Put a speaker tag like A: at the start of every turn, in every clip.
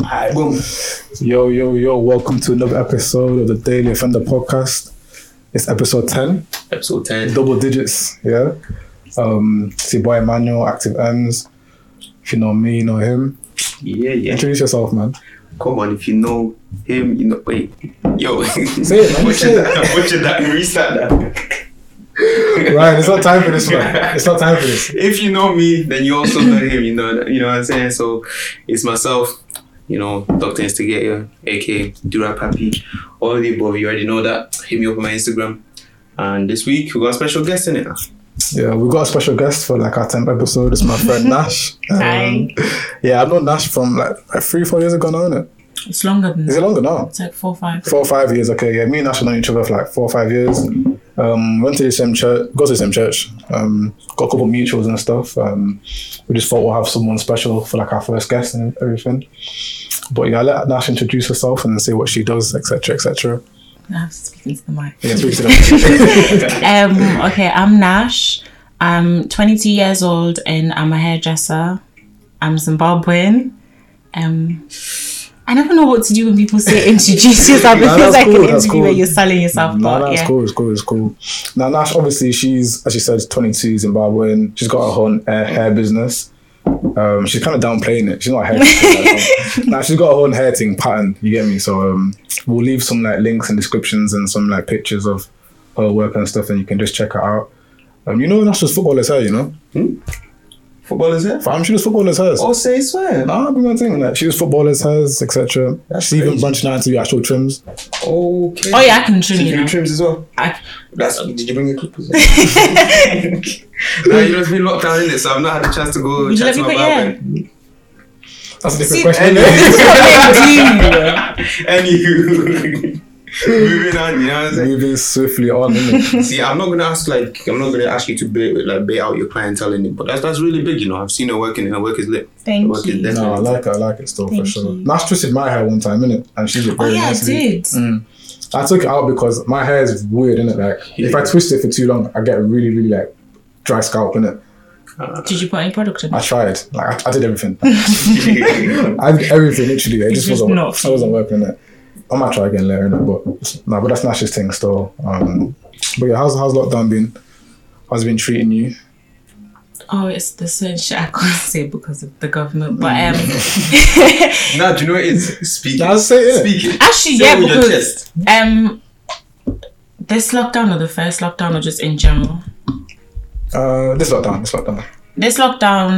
A: Alright, boom.
B: Yo, yo, yo, welcome to another episode of the Daily Offender podcast. It's episode 10,
A: Episode 10.
B: double digits, yeah? Um, it's your boy Emmanuel, Active Ends. If you know me, you know him.
C: Yeah, yeah.
B: Introduce yourself, man.
C: Come on, if you know him, you know. Wait, yo.
B: Say it, man,
C: Butcher
B: say it.
C: that. Butcher that. Restart that.
B: Right, it's not time for this, man. It's not time for this.
C: If you know me, then you also know him. You know. that- You know what I'm saying. So, it's myself. You know, Doctor Instigator, aka Dura Papi. All of the above. You already know that. Hit me up on my Instagram. And this week we got a special guest in it.
B: Yeah, we got a special guest for like our 10th episode. It's my friend Nash. Um,
D: Hi.
B: Yeah, I've known Nash from like, like three, four years ago now, innit?
D: It's longer than
B: Is
D: that.
B: it longer now?
D: It's like four or five.
B: four or five years. Okay, yeah, me and Ash have known each other for like four or five years. Um, went to the same church, go to the same church. Um, got a couple of mutuals and stuff. Um, we just thought we'll have someone special for like our first guest and everything. But yeah, I let Nash introduce herself and say what she does, etc., etc.
D: I have to speak into the mic.
B: Yeah, speak to them.
D: Um, okay, I'm Nash. I'm 22 years old and I'm a hairdresser. I'm Zimbabwean. Um, I never know what to do when people say introduce
B: Nah,
D: yourself because
B: that's
D: I can
B: cool, that's
D: interview where
B: cool.
D: you're selling yourself.
B: no,
D: but
B: no, it's
D: yeah.
B: cool, it's cool, it's cool. Now Nash, obviously, she's as she said, 22, Zimbabwean. She's got her own hair, hair business. Um, she's kind of downplaying it. She's not a hair. now she's got her own hair thing pattern. You get me? So um, we'll leave some like links and descriptions and some like pictures of her work and stuff, and you can just check her out. Um, you know, Nash was football as her. You know,
C: Football is it?
B: I'm she was football as hers. Ah,
C: Oh, say swear.
B: Nah, that'd be my thing. Like she was football as hers, etc.
C: That's
B: She even
C: crazy.
B: branched out into the actual trims.
C: Okay.
D: Oh, yeah, I can
C: Did
D: trim you.
C: you do
D: now.
C: trims as well?
D: I-
C: That's, did you bring your clippers? no, you know, it's been locked down in it, so I've not had a chance to go
D: Would you
C: chat to
D: let me
C: my
D: put
C: barber.
D: yeah?
B: That's a different
D: See-
B: question.
C: Anywho, moving on, you know what I'm saying?
B: Moving swiftly on. innit?
C: See, I'm not gonna ask like I'm not gonna ask you to bait like bait out your clientele in it, but that's that's really big, you know. I've seen her working, her work is lit.
D: Thank
C: Work is
D: you.
C: definitely
B: No, I like it. I like it still for
D: Thank
B: sure.
D: you.
B: Nash twisted my hair one time, innit? And she did
D: Oh,
B: very
D: yeah, I
B: nicely.
D: did.
B: Mm. I took it out because my hair is weird, innit? Like if I twist it for too long, I get a really, really like dry scalp, innit?
D: Did you put any product in
B: I
D: it?
B: tried. Like I, I did everything. I did everything literally. It
D: It's
B: just
D: just
B: wasn't.
D: not
B: I wasn't working it. I might try again later, innit? But no, but that's Nash's thing still. Um, but yeah, how's how's lockdown been? How's it been treating you?
D: Oh, it's the certain shit I can't say because of the government. But um,
B: Mm.
C: Nah, do you know what it is? Speak
B: Nah, say it.
C: Speak it.
D: Actually,
C: Say it
D: yeah,
C: with your
D: because
C: chest.
D: um, this lockdown or the first lockdown or just in general,
B: Uh, this lockdown. This lockdown.
D: this lockdown.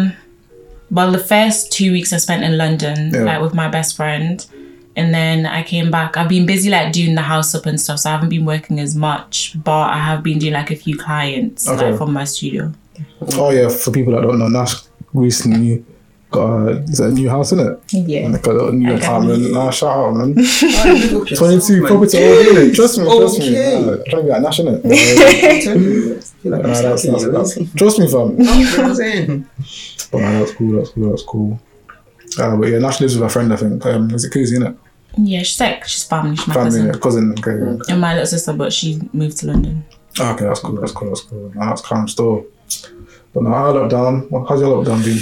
D: Well, the first two weeks I spent in London,
B: Yeah.
D: like with my best friend, and then I came back. I've been busy like doing the house up and stuff, so I haven't been working as much, but I have been doing like a few clients
B: Okay.
D: like from my studio.
B: Oh yeah, for people that don't know, Nash recently got a, is that a new house in it.
D: Yeah.
B: Like a little new
D: Okay.
B: apartment. Nah, shout out, man.
C: Twenty
B: 22 property over there. Oh, Trust me, trust me.
C: Okay.
B: Nah, Trying to be like Nash, innit? Nah, nah, that's, that's, that's, trust me, fam. But nah, that's cool, that's cool, that's cool. Uh, but yeah, Nash lives with her friend, I think. Um, is it Cozy, innit?
D: Yeah, she's like she's family, she's my
B: Family,
D: cousin.
B: yeah, cousin. Okay, yeah.
D: And my little sister, but she moved to London.
B: Ah, okay, that's cool, that's cool, that's cool. Nah, that's calm still. But now, how lockdown? what- How's your lockdown been?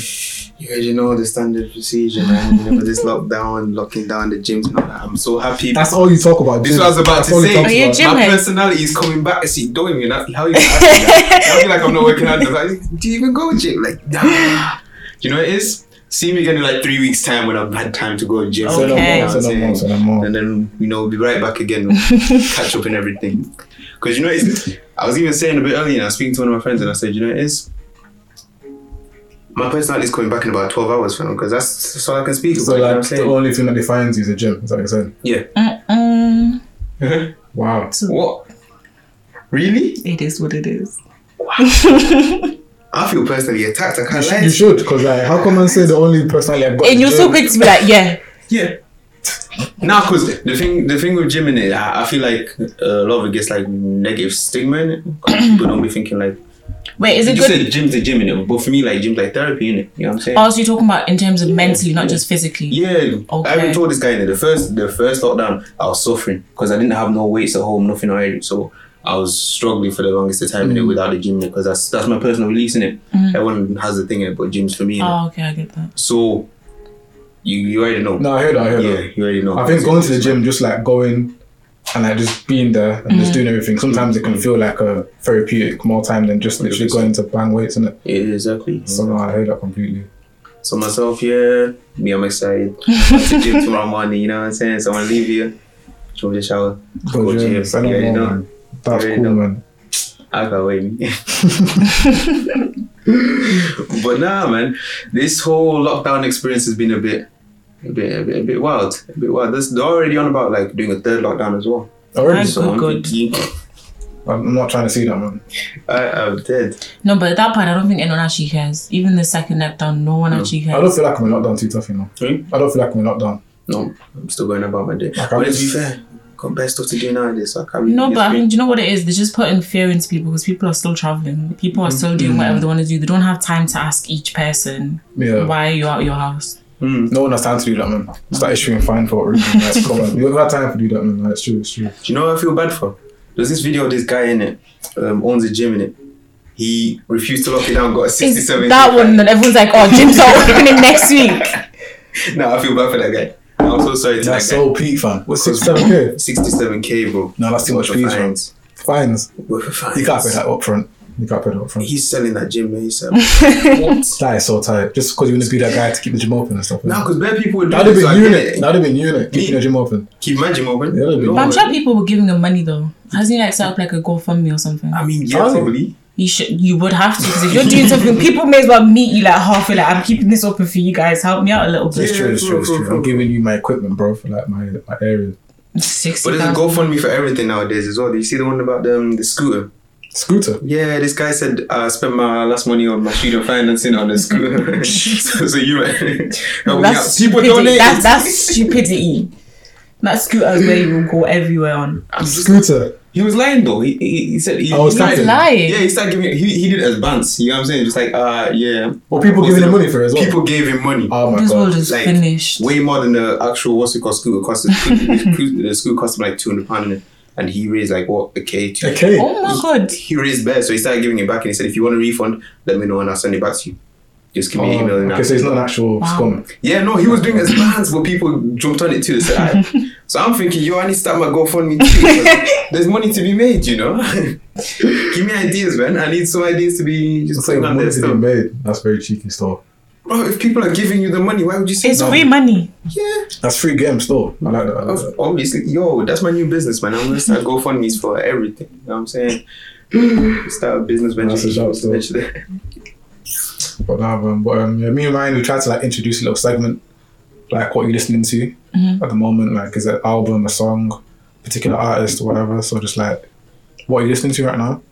C: You already know the standard procedure, man. You know, this lockdown, locking down the gyms and all that. I'm so happy.
B: That's all you talk about.
C: This is
B: dude.
C: what I was about
B: That's
C: to
B: all you
C: say.
B: talk
D: Are you
B: about.
D: Jim,
C: My
D: eh?
C: personality is coming back. See, don't even ask- how you gonna ask me that? I feel like I'm not working out. Like, do you even go gym? Like, nah. you know what it is? See me again in like three weeks time when I've had time to go gym.
B: Say no
D: Okay.
B: more, say no more, say no more.
C: And then you know we'll be right back again, We'll catch up and everything. Because you know it's. I was even saying a bit earlier. I was speaking to one of my friends and I said, you know it is. My personality is coming back in about twelve hours, fam, because that's, that's all I can speak about.
B: So
C: you know what I'm
B: like the
C: saying?
B: only thing that defines you is a gym. Is that what you're saying?
D: Mm-mm.
B: Wow.
C: What? Really?
D: It is what it is.
C: I feel personally attacked. I
B: You
C: can't
B: should,
C: lie.
B: you should, cause like, how come I say the only personality I've got?
D: And
B: is
D: you're so
B: gym?
D: quick to be like, yeah,
C: Yeah. Nah, cause the thing, the thing with gym in it, I, I feel like uh, a lot of it gets like negative stigma in it. 'Cause people don't be thinking like.
D: wait, is
C: You
D: it
C: just
D: good?
C: said gym's a gym in it, but for me, like gym's like therapy in it. You know what I'm saying?
D: Oh, so you're talking about in terms of mentally, not just physically.
C: Yeah, I
D: Okay.
C: even told this guy that the first the first lockdown I was suffering because I didn't have no weights at home, nothing already. So I was struggling for the longest of time in it
B: Mm.
C: without the gym because that's that's my personal release in it. Everyone has a thing in it, but gyms for me. innit?
D: Oh, okay, I get that.
C: So You you already know.
B: No, I heard that. I heard
C: yeah,
B: that.
C: you already know.
B: I think going to the gym, just like going and like just being there and just doing everything, sometimes it
C: Mm.
B: can feel like a therapeutic more time than just literally going to bang weights and it.
C: Yeah, exactly.
B: So no, I heard that completely.
C: So myself, yeah, me, I'm excited. Going to gym tomorrow morning. You know what I'm saying? So I'm gonna leave here. Jump in the shower.
B: Go
C: Go
B: gym,
C: gym.
B: spend
C: You
B: it
C: already
B: more,
C: know.
B: man. That's
C: Yeah,
B: cool,
C: no.
B: man.
C: I can't wait. but nah, man, this whole lockdown experience has been a bit, a bit, a bit, a bit wild, a bit wild. This, they're already on about like doing a third lockdown as well.
B: Already,
D: Oh,
C: I'm
D: good.
C: thinking,
B: I'm not trying to see that, man.
C: I, I'm dead.
D: No, but at that point, I don't think anyone actually cares. Even the second lockdown, no one actually
B: I don't
D: cares.
B: feel like I'm in lockdown too tough, you know.
C: Hmm?
B: I don't feel like I'm in lockdown.
C: No, I'm still going about my day.
B: I
C: But
B: can't-
C: to be fair, got better stuff to do nowadays, so I can't. really
D: No, but I
C: disagree.
D: think, do you know what it is? They're just putting fear into people because people are still traveling. People are still doing whatever they want to do. They don't have time to ask each person
B: Yeah.
D: why you're out your house.
C: Mm.
B: No one has time to do that, man. Start issuing fine for it. Really. Like, come on. You don't have time to do that, man. Like, it's true, it's true.
C: Do you know what I feel bad for? There's this video of this guy in it, um, owns a gym in it. He refused to lock it down, got a 67.
D: that one that everyone's like, oh, gyms are opening next week.
C: No, I feel bad for that guy. I'm so sorry to
B: That's
C: that guy.
B: so peak, fam. What's six, seven k?
C: 67k, bro.
B: No, that's too much
C: Worth of
B: fees, man.
C: fines.
B: Fines.
C: Worth of fines.
B: You can't pay that up front. You can't pay that up front.
C: He's selling that gym, man. He's selling. what?
B: That is so tight. Just because you want to be that guy to keep the gym open and stuff.
C: Now, because bare people would do
B: that'd
C: this,
B: have
C: so I
B: been
C: get
B: unit.
C: it.
B: That'd have been unit. Keeping the gym open.
C: Keep my gym open.
B: Yeah, that'd be-
C: No,
D: But I'm sure people were giving him money though. Hasn't he like set up like a GoFundMe or something?
C: I mean, yeah,
B: Probably.
C: probably.
D: You should, you would have to because if you're doing something, people may as well meet you like halfway. Like I'm keeping this open for you guys. Help me out a little
B: It's
D: bit.
C: Yeah,
B: true. It's
C: cool,
B: true. It's
C: cool,
B: true.
C: cool.
B: I'm giving you my equipment, bro, for like my my area.
D: Sixty
C: But there's a
D: thousand.
C: GoFundMe for everything nowadays as well. You see the one about um, the scooter?
B: Scooter.
C: Yeah, this guy said I spent my last money on my student financing on the scooter. so, so you right. Help me out.
D: That's
C: People
D: stupidity.
C: donate.
D: That's, that's stupidity. That scooter's where you will go everywhere on.
B: Scooter.
C: He was lying though. He, he, he said he,
B: I was
C: he lied.
B: lying.
D: Lying.
C: Yeah, he started giving. He, he did advance. You know what I'm saying? Just like uh yeah.
B: Well, people giving him money for it as well.
C: People gave him money.
B: Oh my
D: This world
B: god.
D: is
C: Like,
D: finished.
C: Way more than the actual what's it called scooter cost. The scooter- the scooter cost him like two hundred pound, and he raised like what a k. two-
B: Okay.
D: Oh my god.
C: He raised bare, so he started giving it back, and he said, "If you want a refund, let me know, and I'll send it back to you. Just give me an email." And
B: Oh, okay,
C: I'll-
B: so it's not an actual scum.
C: Yeah, no, he was doing his plans, but people jumped on it too. They said, "Aye." so I'm thinking, yo, I need to start my GoFundMe too. 'cause There's money to be made, you know. Give me ideas, man. I need some ideas to be just
B: So
C: putting on
B: money
C: there
B: to be
C: stuff.
B: made. That's very cheeky stuff.
C: Bro, if people are giving you the money, why would you say
D: It's
C: no?
D: free money.
C: Yeah,
B: That's free game store. I like that. I like that.
C: of- obviously, yo, that's my new business, man. I'm gonna start GoFundMe's for everything. You know what I'm saying? Start a business venture.
B: That's a shout, so.
C: venture.
B: But now, um, but um, yeah, me and Ryan, we tried to like introduce a little segment, like what you're listening to at the moment, like is it an album, a song, particular artist, or whatever. So just like, what are you listening to right now?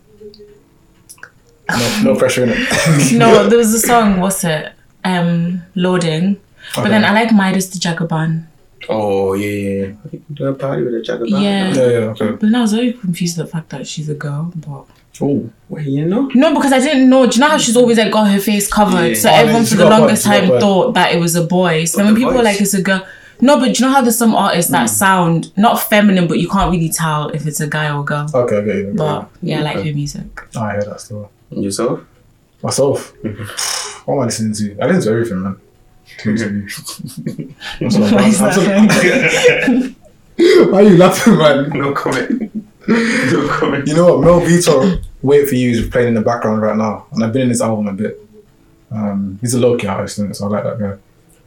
B: No, no pressure in it.
D: No, there was a song. What's it? Um, loading. But then I like Midas the Jagaban.
C: Oh yeah, yeah. yeah. Do a party with a jacket?
D: Yeah.
B: yeah, yeah, okay.
D: But now I was very confused at the fact that she's a girl, but.
B: Oh,
C: Well, you know.
D: No, because I didn't know. Do you know how she's always like got her face covered?
C: Yeah.
D: So
B: Oh, yeah,
D: everyone
B: she
D: for the
B: got a
D: longest
B: voice, she got a
D: time
B: voice.
D: thought that it was a boy. So then when
C: the
D: people were
C: voice.
D: like, it's a girl. No, but do you know how there's some artists
B: Hmm.
D: that sound not feminine, but you can't really tell if it's a guy or a girl.
B: okay, okay. Oh, okay.
D: But yeah, I like her music.
B: I hear that still.
C: Yourself?
B: Myself, what am I listening to? I listen to everything, man. To be honest with you. I'm sorry, man. I'm sorry. Why are you laughing, man?
C: No comment. no comment.
B: You know what? Mel Vito, Wait for You is playing in the background right now, and I've been in this album a bit. Um, he's a low key artist, innit? so I like that guy.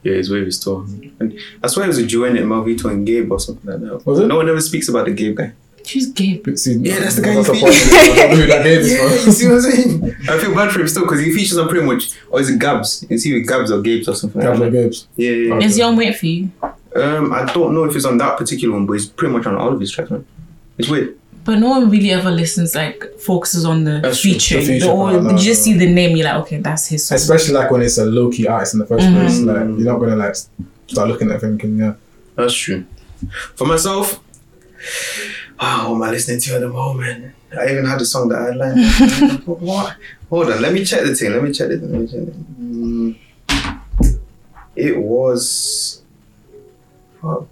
C: Yeah, his wave is tall. And that's why it was a duet in Malvito and Gabe or something like that.
B: Was it?
C: No one ever speaks about the Gabe guy.
D: She's gay.
B: But see,
C: Yeah, that's the guy you
B: the point. I don't know who that game
C: you
B: is,
C: see what I'm saying? I feel bad for him still because he features on pretty much, or is it Gabs? Is he with Gabs or Gabes or something
B: bro.
C: like
B: Gabs
C: that?
B: and Gabs.
C: Yeah, yeah,
D: Is Young Wait for You?
C: yeah. Um, I don't know if it's on that particular one, but it's pretty much on all of his tracks, man. It's weird.
D: But no one really ever listens, like, focuses on the
C: That's true.
D: feature.
B: The feature
D: They all-
B: part, no,
D: you just
B: no.
D: see the name, you're like, okay, that's his song.
B: Especially like when it's a low key artist in the 1st
D: Mm.
B: place, like you're not gonna like start looking at thinking, yeah.
C: That's true. For myself, wow, what am I listening to at the moment? I even had a song that I like. what? Hold on, let me check the thing. Let me check it. Let me check it. Mm, it was. Oh,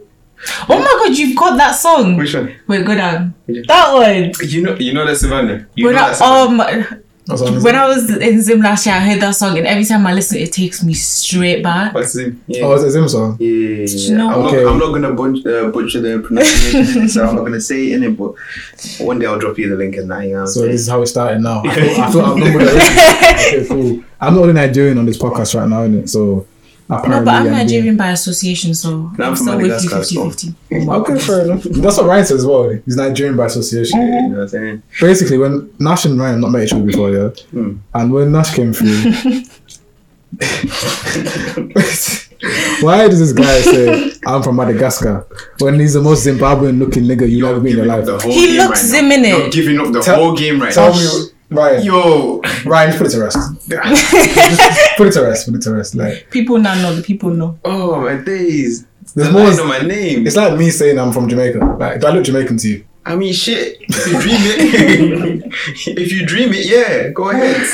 D: Oh my god, you've got that song.
C: which one?
D: Wait, go down.
C: Which one?
D: That one.
C: You know, you know that's Savannah. You
D: We're
C: know
D: not,
C: that's Savannah.
D: um,
B: That's what I'm
D: When I was in Zim last year, I heard that song, and every time I listen, it takes me straight back.
C: What's it? Yeah.
B: Oh, it's a Zim song.
C: yeah, yeah, yeah.
D: know
C: I'm,
B: Okay.
C: not, I'm not gonna butch, uh, butcher the pronunciation, so I'm not gonna say it in it. But one day I'll drop you the link and that. You know what I'm
B: So
C: saying?
B: this is how it started now. I feel, I feel I'm not okay, cool. I'm the only Nigerian on this podcast right now, innit? So
D: No, but I'm
B: apparently being-
D: Nigerian by association, so
C: I'm from
D: I'm still with you
C: Madagascar,
D: 50
C: so-
D: 50.
B: Okay, fair enough. That's what Ryan says as well. He's Nigerian by association.
D: Mm.
C: Yeah, you know what I'm saying?
B: Basically, when Nash and Ryan have not met each other before, yeah,
C: Hmm.
B: and when Nash came through, why does this guy say I'm from Madagascar when he's the most Zimbabwean-looking nigga you've ever been in your
C: Giving up
B: life?
C: the whole
D: He
C: game
D: looks
C: right
D: him in
C: now.
D: it.
C: You're giving up the
B: Tell-
C: whole game right
B: Tell
C: now.
B: me, Ryan.
C: Yo,
B: Ryan, just put it to rest. Just put it to rest. Put it to rest. Like
D: People now know, the people know.
C: oh my days.
B: There's
C: The
B: more-
C: line on my name.
B: it's like me saying I'm from Jamaica. Like, do I look Jamaican to you?
C: I mean, shit. If you dream it, if you dream it, yeah, go ahead.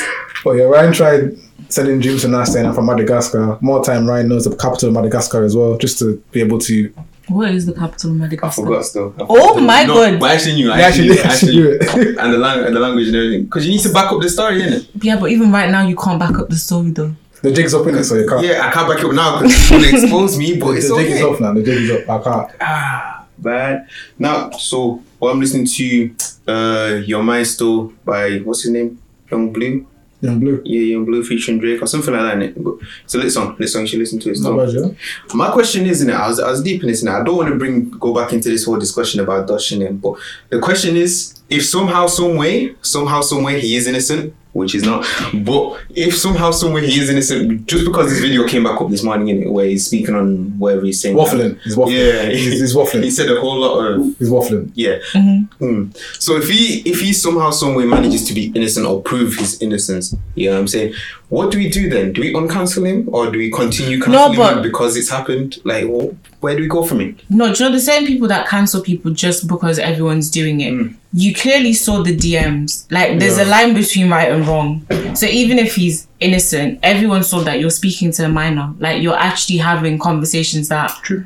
B: Well, yeah, Ryan tried sending dreams to Nas saying I'm from Madagascar. More time, Ryan knows the capital of Madagascar as well, just to be able to.
D: What is the capital of
C: I
D: Madagascar?
C: forgot still. I
D: Oh
C: forgot.
D: my
C: no,
D: God.
C: But I actually knew. I
B: Yeah,
C: actually
B: actually,
C: knew. I
B: actually
C: actually
B: do
C: knew.
B: it.
C: And the, lang- and the language and everything. Because you need to back up the story, innit?
D: Yeah, but even right now, you can't back up the story though.
B: The jig's up in it, so you can't.
C: Yeah, I can't back it up now because it's going to expose me, but
B: the
C: it's
B: jig
C: okay.
B: is up now. The jig is up. I can't.
C: Ah, bad. Now, so what I'm listening to, uh, Your Mind Still by, what's his name? Young Blue?
B: Young blue.
C: Yeah, Young Blue featuring Drake or something like that, innit? But it's a lit song. Lit song, you should listen to it. It's
B: Not
C: not-
B: bad, yeah.
C: My question is, innit, I was, I was deep in this, innit, I don't want to bring go back into this whole discussion about Dutch and him, but the question is, if somehow, some way, somehow, some way, he is innocent, which he's not, but if somehow, some way, he is innocent, just because this video came back up this morning, innit, where he's speaking on whatever he's saying,
B: Waffling. He's waffling.
C: yeah,
B: He's, he's waffling.
C: He said a whole lot of
B: He's waffling.
C: yeah.
D: Mm-hmm.
C: Hmm. So if he if he somehow some way manages to be innocent or prove his innocence, you know what I'm saying? What do we do then? Do we uncancel him or do we continue canceling
D: but-
C: him because it's happened? Like wh- where do we go from it?
D: No, do you know the same people that cancel people just because everyone's doing it? You clearly saw the DMs. Like, there's a line between right and wrong. So even if he's innocent, everyone saw that you're speaking to a minor. Like, you're actually having conversations that
C: True.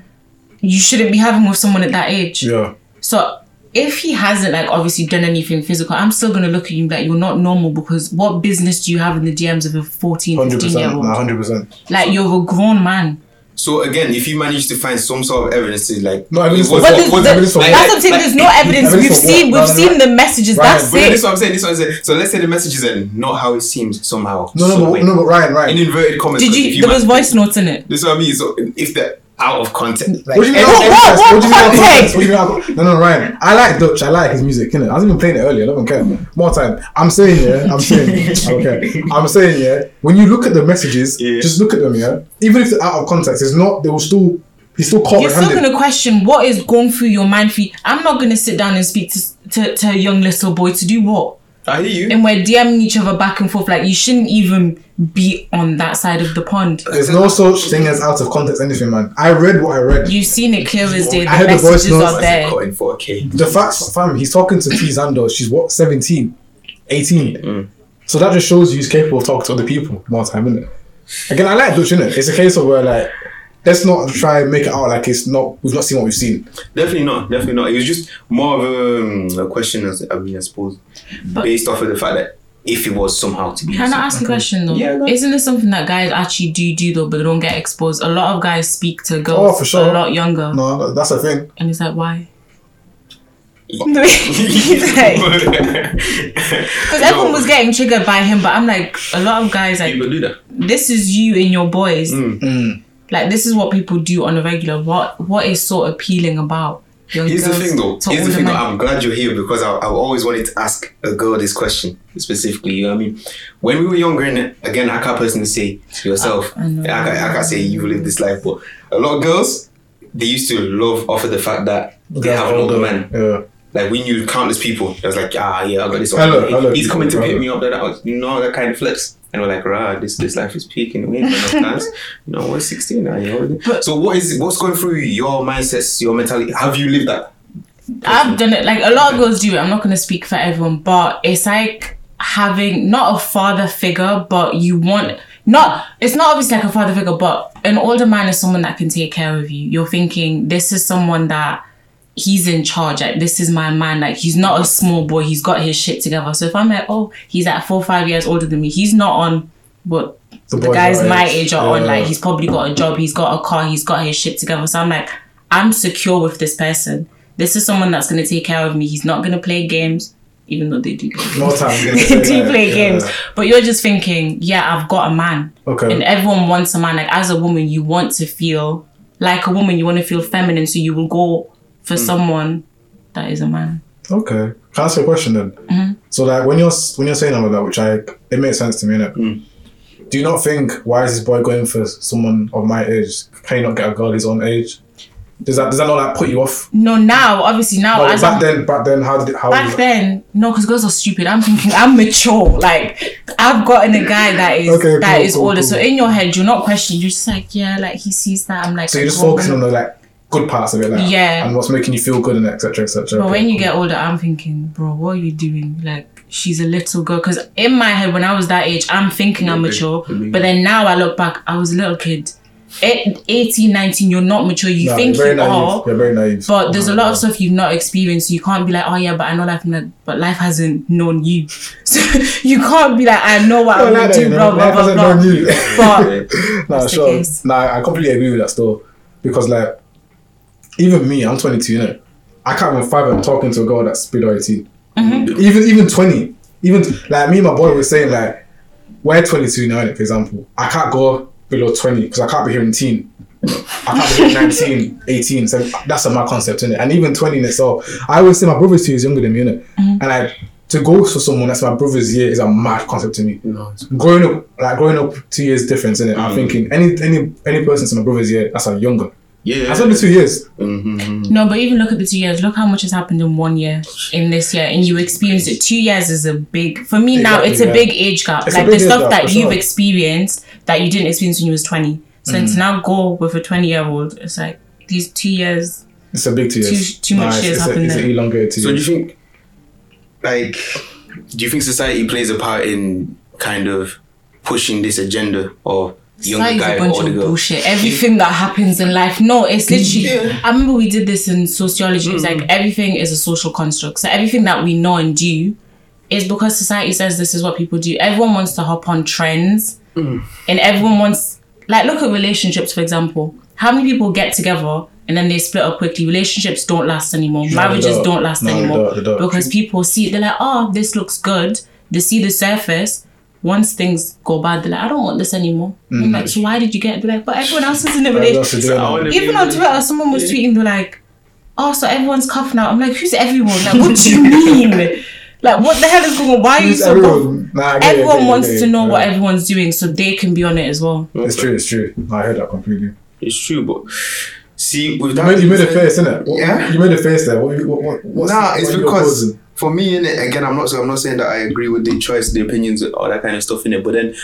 D: you shouldn't be having with someone at that age.
B: Yeah.
D: So if he hasn't like obviously done anything physical, I'm still gonna look at you like you're not normal because what business do you have in the DMs of a 14,
B: 100%.
D: 15 year old?
B: Nah, 100%.
D: Like you're a grown man.
C: So again, if you manage to find some sort of evidence to like
B: No, evidence
C: it was-
B: for
D: But
B: what-
D: there's-
B: what-
D: the-
B: evidence for
D: that's
B: what?
D: what I'm saying. There's no evidence.
B: Evidence
D: We've
B: for
D: seen
B: what?
D: we've
B: No, no,
D: seen the messages.
B: Ryan,
D: that's
C: But this is
D: it.
C: what I'm saying, this is what I'm saying. So let's say the message is in, not how it seems somehow.
B: No, no,
C: some
B: but,
C: way.
B: no, but Ryan,
C: in
B: Ryan.
C: inverted commas.
D: Did
C: 'cause if
D: you? There was
C: man-
D: voice notes in it.
C: This is what I mean. So if they're out of context, like
B: What do you mean?
D: What-
B: I'm
D: what-
B: obsessed?
D: what
B: What do you mean? I'm
D: context?
B: obsessed? What do you mean? I'm- No, no, Ryan. I like Dutch. I like his music. Innit? I was even playing it earlier. I don't care. More time. I'm saying yeah. I'm saying. Okay. I'm saying yeah. When you look at the messages,
C: Yeah.
B: just look at them. Yeah. Even if they're out of context, it's not. They will still. He's still caught
D: You're still
B: red-handed.
D: gonna question what is going through your mind. For you. I'm not gonna sit down and speak to, to to a young little boy to do what,
C: I hear you.
D: and we're DMing each other back and forth. Like you shouldn't even be on that side of the pond.
B: There's no such thing as out of context anything, man. I read what I read.
D: You've seen it clear as day. The
B: I heard the voice
D: messages
B: notes.
D: are there.
C: Cutting 4K.
B: The facts, fam. He's talking to T Zando. She's what 17, 18. So that just shows you he's capable of talking to other people more time, innit? Again, I like Dutch, innit? It's a case of where like, let's not try and make it out like it's not. We've not seen what we've seen.
C: Definitely not. Definitely not. It was just more of um, a question, as I mean, I suppose, based off of the fact that if it was somehow to be.
D: Can I
C: innocent.
D: ask a question though?
C: Yeah, go.
D: Isn't this something that guys actually do do though, but they don't get exposed? A lot of guys speak to girls
B: Oh, for sure.
D: a lot younger,
B: No, that- that's the thing.
D: and it's like why? Because
C: Because
D: everyone was getting triggered by him, but I'm like, a lot of guys like
C: People do that.
D: this is you and your boys.
B: Mm.
D: Like this is what people do on a regular. What what is so appealing about young
C: Here's the
D: girls
C: thing, though.
D: to
C: Here's the
D: older
C: thing, though.
D: men?
C: I'm glad you're here because I, I've always wanted to ask a girl this question specifically. You know what I mean? When we were younger, and again, I can't personally say to yourself,
D: Ah, I- I know.
C: I, can't, I can't say you lived this life, but a lot of girls, they used to love off of the fact that they have an older man.
B: Yeah.
C: Like we knew countless people that was like, ah, yeah, I got this.
B: Hello,
C: one.
B: hello,
C: He's coming to
B: brother.
C: pick me up. That I was, you know, that kind of flips. And we're like, rah, this this life is peaking. We ain't got enough plans. You know, we're sixteen now. You know?
D: But-
C: so what is what's going through your mindsets, your mentality? Have you lived that?
D: I've done it. Like a lot of girls do it. I'm not gonna speak for everyone, but it's like having not a father figure, but you want not. It's not obviously like a father figure, but an older man is someone that can take care of you. You're thinking this is someone that he's in charge. Like this is my man. Like he's not a small boy. He's got his shit together. So if I'm like, oh, he's like four, five years older than me. He's not on what the,
B: boys
D: guys
B: our
D: my
B: age.
D: age are on.
B: Yeah.
D: Like he's probably got a job. He's got a car. He's got his shit together. So I'm like, I'm secure with this person. This is someone that's gonna take care of me. He's not gonna play games, even though they do. Play games.
B: more time.
D: they do play games, but you're just thinking, yeah, I've got a man
B: Okay.
D: and everyone wants a man. Like as a woman, you want to feel like a woman. You want to feel feminine, so you will go for
B: Hmm.
D: someone that is a man.
B: Okay. Can I ask you a question then?
D: Mm-hmm.
B: So like when you're s- when you're saying all of that, which I it makes sense to me, innit? Do you not think why is this boy going for someone of my age? Can you not get a girl his own age? Does that does that not like put you off?
D: No, now obviously now
B: Like,
D: as
B: back
D: I'm-
B: then, back then, how did it, how? was
D: back
B: it?
D: then, no, because girls are stupid. I'm thinking I'm mature. Like I've gotten a guy that is
B: Okay,
D: that
B: cool,
D: is
B: cool,
D: older.
B: cool.
D: So in your head, you're not questioning. You're just like, yeah, like he sees that. I'm like,
B: So you're just
D: well,
B: focusing on the like good parts of it, like
D: Yeah.
B: and what's making you feel good and etc. etc.
D: But when you get older, I'm thinking, bro, what are you doing? Like, she's a little girl. Because in my head, when I was that age, I'm thinking I'm
C: Yeah,
D: mature.
C: I mean-
D: But then now I look back, I was a little kid. Eight- 18, 19, you're not mature. You think you
B: very naive.
D: are.
B: You're very naive.
D: But there's a lot of stuff you've not experienced. So you can't be like, oh yeah, but I know life. I'm like, but life hasn't known you. So you can't be like, I know what I'm going to do, blah, blah, blah, blah. But
B: nah,
D: the
B: sure.
D: case.
B: Nah, I completely agree with that still. Because like even me, I'm 22, you know. I can't even fathom talking to a girl that's below 18. Even even 20. Even like me and my boy were saying like we're 22 now, innit, for example. I can't go below 20 because I can't be hearing teen. I can't be hearing 19, 18. So that's a my concept, innit? And even 20 in itself. I always say my brother's two years younger than me, innit?
D: Mm-hmm.
B: And like to go for someone that's my brother's year is a mad concept to me
C: No, it's-
B: growing up, like growing up, two years difference in it. I'm thinking any any any person to my brother's year, that's a younger.
C: yeah,
B: That's only two years. Mm.
C: Mhm.
D: No, but even look at the two years. Look how much has happened in one year, in this year, and you experienced it. Two years is a big for me now.
B: Exactly,
D: It's a
B: yeah.
D: big age gap.
B: It's a
D: like the
B: big age
D: stuff
B: gap,
D: that
B: for
D: you've
B: sure.
D: experienced that you didn't experience when you was twenty. So
B: Mm.
D: to now go with a twenty-year-old, it's like these two years.
B: It's a big two years.
D: too much
B: it's-
D: years
B: it's a-
D: happened
B: It's an
D: there.
B: elongated two
C: So do you
B: years.
C: think, like, do you think society plays a part in kind of pushing this agenda of
D: That
C: younger
D: is
C: guy
D: a
C: or
D: bunch
C: older
D: of
C: girl?
D: bullshit. Everything that happens in life, no, it's literally. I remember we did this in sociology. It's like
C: Mm-hmm.
D: everything is a social construct. So everything that we know and do is because society says this is what people do. Everyone wants to hop on trends,
C: Mm.
D: and everyone wants like look at relationships for example. How many people get together and then they split up quickly? Relationships don't last anymore. Marriages
B: don't.
D: don't last
B: No, they
D: anymore
B: don't, they don't.
D: because people see they're like, oh, this looks good. They see the surface. Once things go bad, they're like, I don't want this anymore. I'm like, so why did you get? They're like, but everyone else is in a
B: Mm-hmm. Everyone else is
D: relationship.
B: doing
C: I wanna
B: it.
C: be
D: Even on
C: the-
D: Twitter, someone was tweeting, they're like, oh, so everyone's cuffing out. I'm like, who's everyone? Like, what do you mean? Like, what the hell is going on? Why are you
B: It's
D: so? bothered?
B: everyone, nah, I get it, I get
D: Everyone
B: it, I
D: wants
B: get it.
D: to know what
B: Yeah.
D: everyone's doing, so they can be on it as well.
B: It's true. It's true. I heard that completely.
C: It's true, but see, with
B: You
C: that,
B: made, you made a
C: reason-
B: face, innit? What-
C: Yeah.
B: You made a face there. What, what, what, what's
C: nah,
B: what
C: it's
B: are you
C: because
B: opposing?
C: for me, in it again, I'm not. So I'm not saying that I agree with the choice, the opinions, all that kind of stuff in it. But then,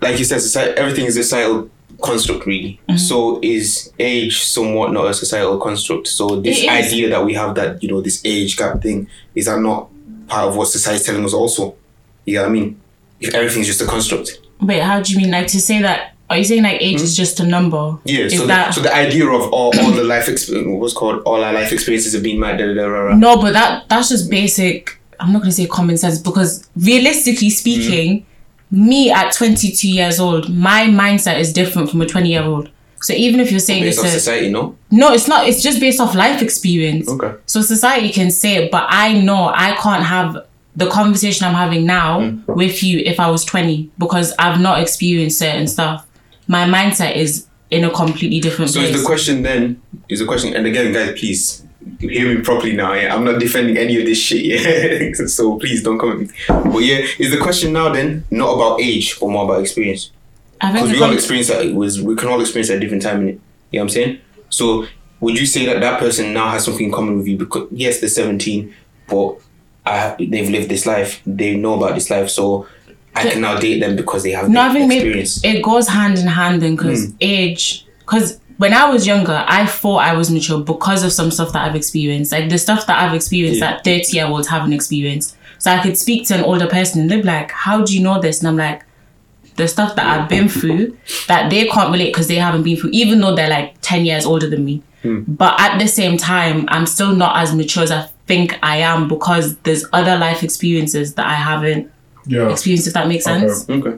C: like you said, society, everything is a societal construct, really.
D: Mm-hmm.
C: So is age somewhat not a societal construct? So this
D: It is.
C: idea that we have that you know this age gap thing is that not part of what society's telling us? Also, you know what I mean? If everything's just a construct,
D: Wait, how do you mean? Like to say that? Are you saying like age
B: Hmm?
D: is just a number?
C: yeah.
D: Is
C: So,
D: that
C: the, so the idea of all, all the life experience, what's called all our life experiences have been my da da da da. da.
D: No, but that that's just basic. I'm not gonna say common sense because realistically speaking,
C: Mm.
D: me at 22 years old, my mindset is different from a 20 year old. So even if you're saying
C: Based
D: it's
C: on
D: a
C: society, no.
D: no, it's not. It's just based off life experience.
C: Okay.
D: So society can say it, but I know I can't have the conversation I'm having now
C: Mm.
D: with you if I was 20 because I've not experienced certain stuff. My mindset is in a completely different
C: So
D: place.
C: is the question then? Is the question? And again, guys, please hear me properly now. Yeah, I'm not defending any of this shit. Yeah, so please don't come at me. But yeah, is the question now then not about age but more about experience?
D: I think
C: Because
D: the
C: we all
D: con-
C: experience that. It was we can all experience at a different time in it. You know what I'm saying? So would you say that that person now has something in common with you? Because yes, they're 17, but I have, they've lived this life. They know about this life. So. I can now date them because they have
D: No, I
C: the
D: think maybe
C: experience. Hmm.
D: it goes hand in hand then because age. Because when I was younger, I thought I was mature because of some stuff that I've experienced. Like the stuff that I've experienced
C: Yeah.
D: that 30 year olds haven't experienced. So I could speak to an older person and they'd be like, How do you know this? And I'm like, The stuff that I've been through that they can't relate because they haven't been through, even though they're like 10 years older than me.
C: Hmm.
D: But at the same time, I'm still not as mature as I think I am because there's other life experiences that I haven't
B: Yeah.
D: experienced, if that makes
B: Okay.
D: sense.
C: Oh. Okay.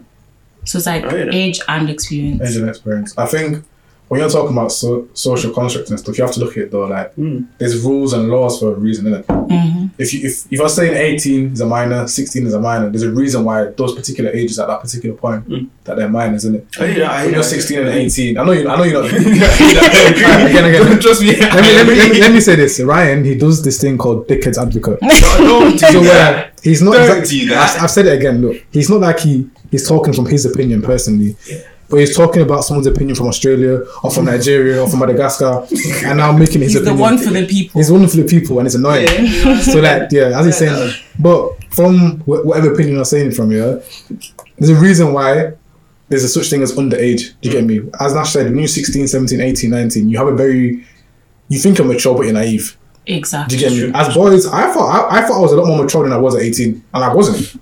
D: So it's like
C: I hear that.
D: age and experience.
B: Age and experience. I think when you're talking about so- social constructs and stuff, you have to look at it though. Like,
C: Mm.
B: there's rules and laws for a reason, innit?
D: Mhm.
B: If you if, if you're saying 18 is a minor, 16 is a minor, there's a reason why those particular ages at that particular point
C: Mm.
B: that they're minors, isn't it?
C: I hear that, Oh, I hear
B: you're
C: that.
B: 16 and 18. I know you. I know you're not.
C: Again,
B: again, again.
C: Trust me.
B: Let me, let, me, let, me, let me say this. Ryan, he does this thing called dickheads advocate.
C: Don't
B: So
C: do
B: where
C: that.
B: he's not
C: Don't
B: exactly,
C: do that.
B: I've, I've said it again. Look, he's not like he he's talking from his opinion personally, but he's talking about someone's opinion from Australia or from Nigeria or from Madagascar, and now making his
D: He's the
B: opinion.
D: one for the people.
B: He's one for the people, and it's annoying.
C: Yeah.
B: So like, yeah, as he's saying, but from wh- whatever opinion you're saying from here, there's a reason why there's a such thing as underage. Do you get me? As Nash said, when you're 16, 17, 18, 19, you have a very you think you're mature, but you're naive. Do
D: exactly.
B: you get me? As boys, I thought I, I thought I was a lot more mature than I was at 18, and I wasn't.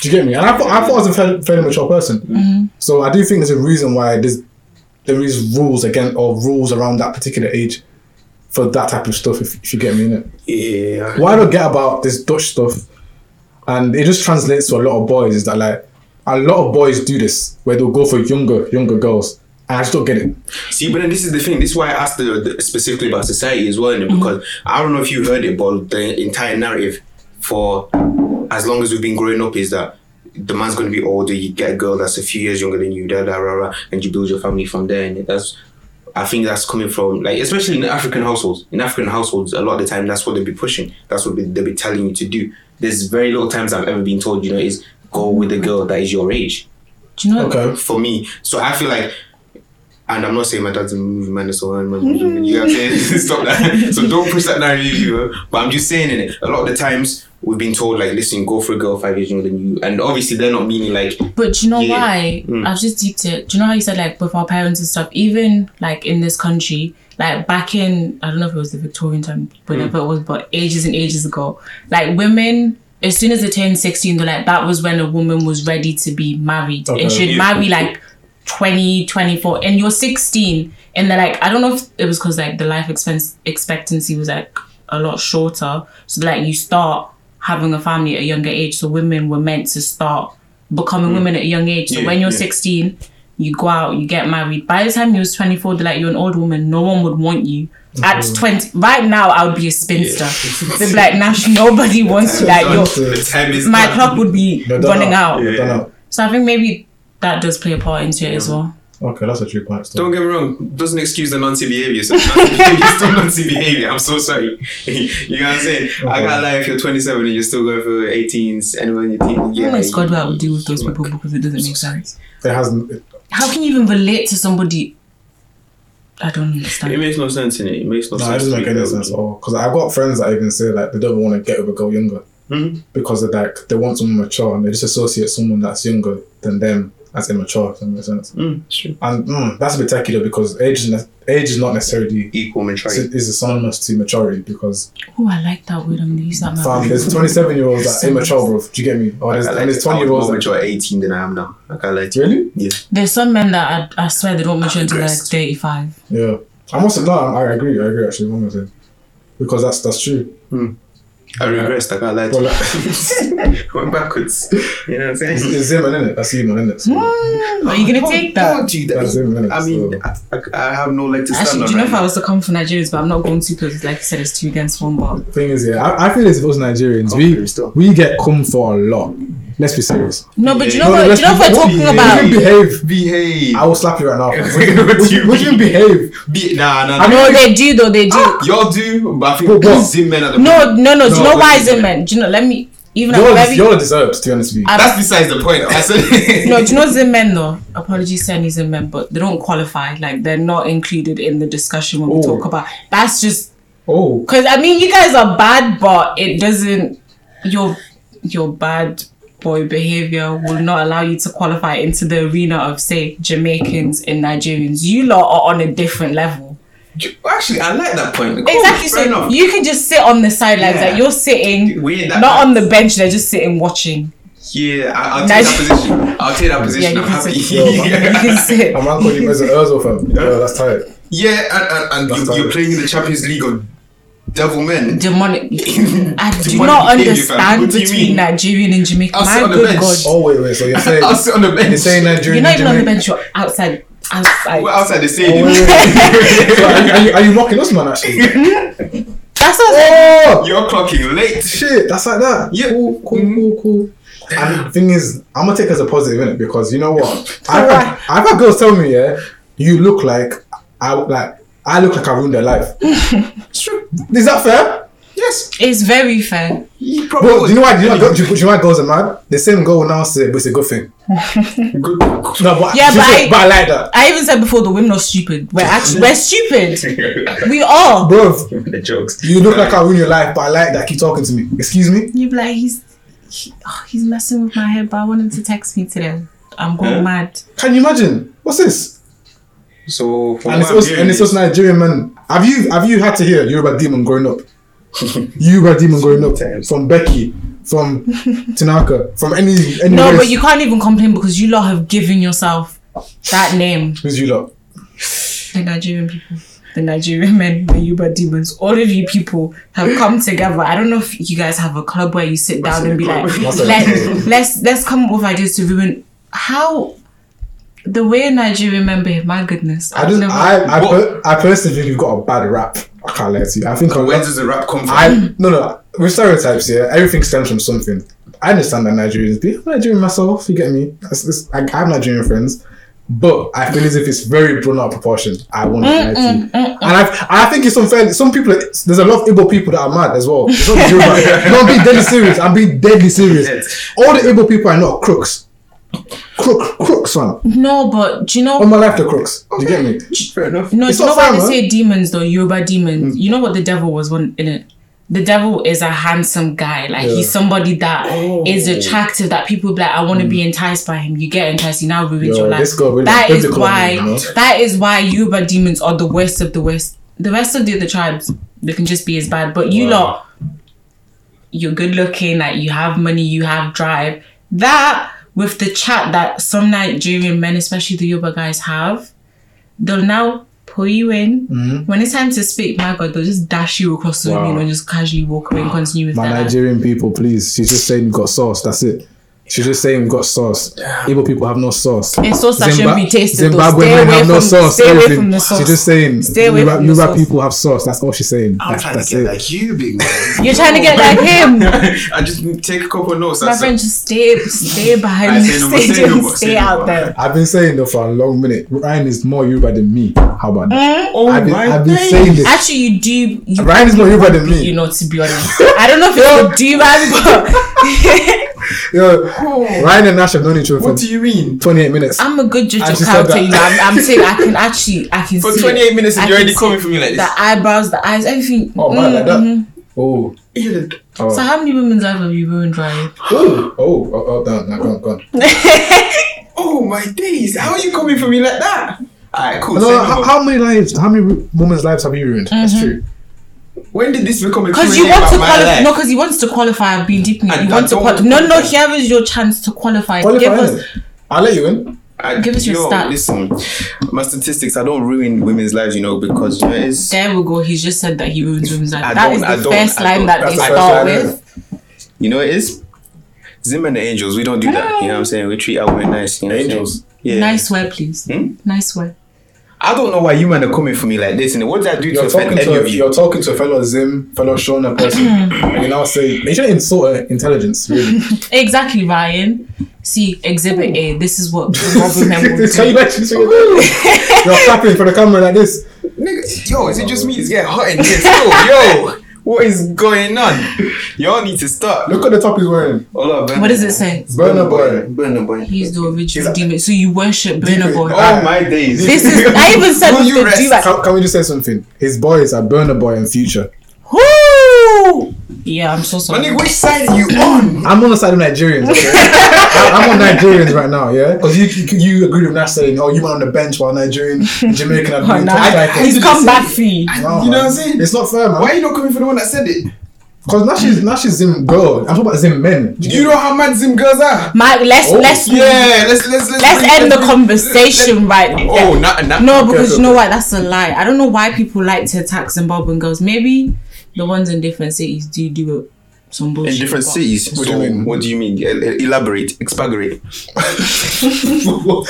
B: Do you get me? And I thought I thought I was a fairly, fairly mature person.
D: Mm-hmm.
B: So I do think there's a reason why there's there is rules again or rules around that particular age for that type of stuff. If, if you get me, innit?
C: Yeah.
B: What I don't get about this Dutch stuff, and it just translates to a lot of boys, is that like a lot of boys do this where they'll go for younger younger girls. And I just don't get it.
C: See, but then this is the thing. This is why I asked the, the, specifically about society as well, innit? because I don't know if you heard it, but the entire narrative for as long as we've been growing up is that the man's going to be older. You get a girl that's a few years younger than you, da da rah, rah, and you build your family from there. And that's, I think that's coming from like, especially in African households. In African households, a lot of the time that's what they'll be pushing. That's what they'll be telling you to do. There's very little times I've ever been told, you know, is go with a girl that is your age
D: Do you know?
B: Okay.
C: for me. So I feel like, and I'm not saying my dad's a movie menace or my mom's a movie- you know what I'm saying? Stop that. So don't push that narrative, you know. But I'm just saying in it. A lot of the times we've been told like, listen, go for a girl five years younger than you, and obviously they're not meaning like,
D: But do you know
C: Yeah.
D: why?
B: Mm.
D: I've just deeped it. Do you know how you said like with our parents and stuff, even like in this country, like back in I don't know if it was the Victorian time,
B: Mm.
D: whatever it was, but ages and ages ago, like women as soon as they turned 16, they're like that was when a woman was ready to be married.
B: Okay.
D: And she'd
C: Yeah.
D: marry like 20, 24, and you're 16. And they're like, I don't know if it was because like the life expense expectancy was like a lot shorter. So like you start having a family at a younger age. So women were meant to start becoming women at a young age. So
C: Mm. Yeah,
D: when you're
C: yeah.
D: 16, you go out, you get married. By the time you was 24, they're like, you're an old woman. No one would want you.
C: Mm-hmm.
D: At 20, right now, I would be a spinster. They'd be like, Nash, nobody wants you. Like,
B: That's
D: you're,
B: it.
C: the time is
D: my
C: done.
D: clock would be
B: They're done
D: running out.
B: They're done
C: Yeah.
B: out.
D: So I think maybe that does play a part into it as well.
B: Okay, that's a true point.
C: Don't get me wrong, doesn't excuse the nancy behavior. So nancy behavior is still nancy behavior. I'm so sorry. you know what I'm saying? I can't lie if you're 27 and you're still going for 18s, anyone in your teens.
D: Yeah,
C: Yeah,
D: Honest God, what I would do with those
C: you-
D: people because it doesn't make sense.
B: It hasn't. It,
D: How can you even relate to somebody? I don't understand.
C: It makes no sense in it. It makes no
B: No, it
C: sense.
B: doesn't make any sense at all. Because I've got friends that even say like they don't want to get with a girl younger
C: Mhm.
B: because they're like they want someone mature and they just associate someone that's younger than them as immature. If that makes sense.
C: Mm, it's true.
B: And mm, that's a bit techie though because age is ne- age is not necessarily
C: Equal maturity.
B: is, is synonymous to maturity because
D: Oh, I like that word. I'm gonna use that. now.
B: fam, there's 27 year olds that are immature, bro. Do you get me? Or there's,
C: I like
B: and there's
C: this. I
B: 20
C: was
B: year olds
C: more
B: that
C: mature at 18 than I am now. Like I lied to you.
B: really
D: There's some men that I, I swear they don't mature until they're like
C: Aggressive.
D: 35.
B: yeah. I must have no. I I agree. I agree actually. What am I saying? Because that's that's true.
C: I regressed. Like I lied to
B: Well, uh,
C: you. Went backwards. You know what I'm saying?
B: It's, it's him and it. That's him and it. So
D: Mm, are you gonna
C: Don't-
D: take that?
C: Don't do
B: That's
C: that.
B: him innit?
C: I mean,
B: So-
C: I, I, I have no leg to stand
D: Actually,
C: on.
D: do you know
C: right
D: if I was to come from Nigerians, but I'm not going to because, like I said, it's two against one. But
B: Thing is, yeah, I, I feel as if us Nigerians,
C: Okay,
B: we
C: still.
B: we get come for a lot. Let's be serious.
D: no, but do you know
B: No,
D: what?
B: let's
D: Do you know what
B: be-
D: we're talking
B: behave.
D: about?
B: Behave.
C: behave.
B: I will slap you right now.
C: What
B: Would
C: do
B: you,
C: you
B: would you behave?
C: Be, nah, nah. nah.
B: I
D: No, they do though. They do.
C: Y'all do, but I think
B: But what?
C: Zim men are the
D: No, no, no. Do you
C: No,
D: know
C: but-
D: why, Zimmerman? Do you know? Let me. Even I'm
B: You're,
D: very.
B: you're deserved, to be honest with you.
D: I-
C: That's besides the point. I said.
D: No, do you know Zim men though? Apologies to any Zim men, but they don't qualify. Like they're not included in the discussion when we
B: Oh.
D: talk about. That's just
B: Oh,
D: because I mean you guys are bad, but it doesn't your your bad boy behavior will not allow you to qualify into the arena of say Jamaicans and Nigerians. You lot are on a different level.
C: Actually, I like that point. Cool,
D: Exactly.
C: fair
D: So
C: enough.
D: you can just sit on the sidelines
C: Yeah.
D: like you're sitting,
C: We ain't that
D: not
C: bad.
D: on the bench. They're just sitting watching.
C: Yeah, I, I'll take that
D: Nice.
C: position. I'll take that position.
D: you
C: I'm
D: can
C: happy.
D: sit. You can sit.
B: my man called you as an Urzel fam. Yeah, that's tight.
A: Yeah, and, and, and
B: That's
A: you, you're
B: right.
A: playing in the Champions League on Devil Men.
D: Demonic. I do
A: Demonic
D: not
A: behavior, fam.
D: understand
A: What do you
D: between
A: mean?
D: Nigerian and Jamaican.
A: I'll sit
D: My
A: on the
D: good
A: bench.
D: God.
B: Oh wait, wait. So you're saying
A: I'll sit on the bench.
B: you're saying
D: You're
B: Nigerian?
D: not even on the
B: Jamaican-
D: bench, you're outside. Outside.
A: We're outside the
B: Oh, wait,
A: stadium.
B: wait, wait. So are, you- are you, are you mocking us, man? Actually.
D: That's what I
B: Oh
A: You're clocking late.
B: shit, that's like that.
A: Yeah.
B: Cool, cool, cool, cool. And the thing is, I'm gonna take it as a positive in it because you know what? I've had, I've had girls tell me, yeah, you look like I like I look like I ruined their life. It's true. Is that fair?
A: Yes.
D: said. It's very fair.
A: You
B: Bro, do
A: probably
B: you know why? Do you know, why- do you know why girls are mad? The same girl now says it's a good thing.
A: would. Good.
B: No, but
D: Yeah,
B: she
D: but
B: said,
D: I-
B: but I like that,
D: I even said before the women are stupid. We're actually we're stupid. We are.
B: bro.
C: the jokes.
B: You look like I ruined your life, but I like that. Keep talking to me. Excuse me.
D: You'd be like, he's he, oh, he's messing with my head, but I want him to text me today. I'm going mad.
B: Can you imagine? What's this?
C: So for
B: And it's
C: what I'm
B: also,
C: hearing
B: and it's
C: is-
B: also Nigerian man. Have you have you had to hear Yoruba demon growing up? Yoruba demon growing up
C: Sometimes.
B: from Becky, from Tanaka, from any any
D: No,
B: race.
D: but you can't even complain because you lot have given yourself that name.
B: Who's you lot?
D: The Nigerian people, the Nigerian men, the Yuba demons, all of you people have come together. I don't know if you guys have a club where you sit down and be like,
B: What's that?
D: Let, let's let's come up with ideas to ruin how the way Nigerian men behave. My goodness,
B: I just I I,
A: What?
B: per, I personally think you've got a bad rap. I can't lie to you. I think I'm
A: Where does the rap come from?
B: I no no with stereotypes yeah everything stems from something. I understand that Nigerians be I'm Nigerian myself. You get me? That's, that's, I, I have Nigerian friends, but I feel as if it's very blown out of proportion. I want to lie to you, and I I think it's unfair. Some people there's a lot of Igbo people that are mad as well. It's not Yoruba. no, I'm being deadly serious. I'm being deadly serious. All the Igbo people I know are crooks. Crook, crooks, man.
D: no, but do you know?
B: All my life, they're crooks. You get me?
A: Fair enough.
D: No,
B: It's
D: you know
B: not Hmm.
D: why
B: fair,
D: they
B: man.
D: say demons though? Yoruba demons. You know what the devil was one in it? The devil is a handsome guy. Like he's somebody that is
B: Oh.
D: attractive that people be like, I want to be enticed by him. You get enticed, he now ruins
B: Hmm. Yo,
D: your life.
B: this girl really
D: that is
B: biblical
D: why
B: name, you know?
D: that is why Yoruba demons are the worst of the worst. The rest of the other tribes, they can just be as bad. But you lot, you're good looking, like you have money, you have drive. That with the chat that some Nigerian men, especially the Yoruba guys, have, they'll now pull you in.
B: Mm-hmm.
D: When it's time to speak, my God, they'll just dash you across the room and just casually walk away and continue with
B: My
D: that.
B: Nigerian people, please. She's just saying we've got sauce. That's it. She's just saying we've got sauce. Igbo people have no sauce.
D: It's sauce that shouldn't be tasted. though.
B: Zimbabwe
D: Stay
B: men
D: away
B: have
D: from,
B: no sauce.
D: Stay away
B: everything.
D: from the sauce.
B: She's just saying
D: Stay away
B: Yoruba-
D: from the
B: Yoruba
D: sauce.
B: people have sauce. That's all she's saying.
A: I'm
B: That's,
A: trying to
B: that's
A: get
B: it.
A: like you, big man.
D: You're trying to get like him.
A: I just take a couple notes.
D: My
A: That's
D: friend, just stay, stay
A: I
D: behind the
A: say no more,
D: stage
A: say no
D: and
A: more,
D: stay
A: say no
D: out
A: more.
D: there.
B: I've been saying though for a long minute. Ryan is more Yoruba than me. How about that?
A: Oh
B: I've been,
A: my
B: I've been
A: days.
B: saying this.
D: Mm-hmm. Actually, you do. You,
B: Ryan is more Yoruba than me.
D: you know, to be honest, I don't know if it's a do man, but
B: Yo,
D: Oh.
B: Ryan and Nash have known each other
A: What
B: for
A: do you mean?
B: 28 minutes.
D: I'm a good judge
B: I
D: of
B: just said
D: character.
B: that.
D: You know, I'm, I'm saying I can actually, I can
A: For
D: see it.
A: 28 minutes and
D: I
A: you're
D: can
A: already
D: see
A: coming for me like
D: The
A: this.
D: eyebrows, the eyes, everything.
B: oh, man, like that.
D: Mm, mhm.
B: Oh. Oh.
D: So, how many women's lives have you ruined, Ryan?
B: oh, oh, oh, oh, down, no, go on, go on.
A: Oh my days. How are you coming for me like that? Alright, cool.
B: No,
A: say
B: no,
A: no
B: how,
A: more.
B: how many lives, how many wo- women's lives have you ruined?
D: Mm-hmm.
B: That's true.
A: when did this become a
D: Because
A: Q&A
D: you want
A: about
D: to
A: my
D: qualify.
A: life?
D: No, because he wants to qualify. I've been deep in it.
A: I-
D: You
A: I
D: want to
A: don't
D: qualify.
A: want
D: No,
A: to
D: no. Here is your chance to qualify. Give
B: Qualify,
D: us.
B: innit? I'll let you in.
A: I,
D: Give us your
A: yo,
D: stats.
A: Listen, my statistics. I don't ruin women's lives, you know, because you know, it's
D: There we go. He's just said that he ruins women's life.
A: I
D: That
A: don't-
D: is
A: I
D: the
A: don't-
D: first
A: I
D: line
A: don't.
D: that
A: That's
D: they
A: the
B: first
D: start
B: line.
D: with.
A: you know it is. Zim and the angels, we don't do that. You know what I'm saying? We treat our women nice. You know what I'm saying?
B: Angels?
A: Yeah. Hmm?
D: Nice wear, please. Nice wear.
A: I don't know why you men are coming for me like this. And what did I do to
B: You're
A: offend
B: talking
A: any
B: to a,
A: of you?
B: you're talking to a fellow Zim, fellow Shona person,
D: Mm-hmm.
B: and you now say you shouldn't insult her intelligence. Really,
D: Exactly, Ryan. See, exhibit
A: Hmm.
D: A. This is what Robin men will
B: It's how
D: do.
B: you actually say it. You're clapping for the camera like this.
A: Nigga, yo, is it just me? It's getting hot in here. Yo, yo, what is going on? Y'all need to start. Look,
B: Look at the top he's wearing.
A: hold up, man.
D: What does it say?
B: Burner boy.
A: Burner boy.
D: He's the original demon. So you worship Burna Boy.
A: Oh my days.
D: This is. I even said
A: Will
D: with
A: you
D: the
A: rest?
D: duet.
B: Can, can we just say something? His boys are Burner Boy and Future.
D: Whoo! Yeah, I'm so
A: My
D: sorry.
A: nigga, which side are you on?
B: I'm on the side of Nigerians. Okay? I, I'm on Nigerians right now, yeah. Because you, you you agreed with Nash saying, "Oh, you were on the bench while Nigerian and Jamaican are
D: Oh,
B: doing
D: nah.
B: top
A: I-
B: cycles."
D: He's
A: did
D: come
A: you
D: back for you.
B: Wow,
A: You know
B: man.
A: what I'm saying?
B: It's not fair, man.
A: Why are you not coming for the one that said it?
B: Because now she's now she's Zim girl. I'm talking about Zim men.
A: You know how mad Zim girls are?
D: My, let's
B: Oh,
D: let's
A: Yeah, let's let's let's,
D: let's
A: bring-
D: end the
A: bring-
D: conversation right there.
A: Oh, not, not
D: No, because you know what? That's a lie. I don't know why people like to attack Zimbabwean girls. Maybe the ones in different cities do do it. Some bullshit.
C: in different
D: but-
C: cities.
B: What do
C: so
B: you mean?
C: What do you mean? El- el- Elaborate, expagorate.
D: No,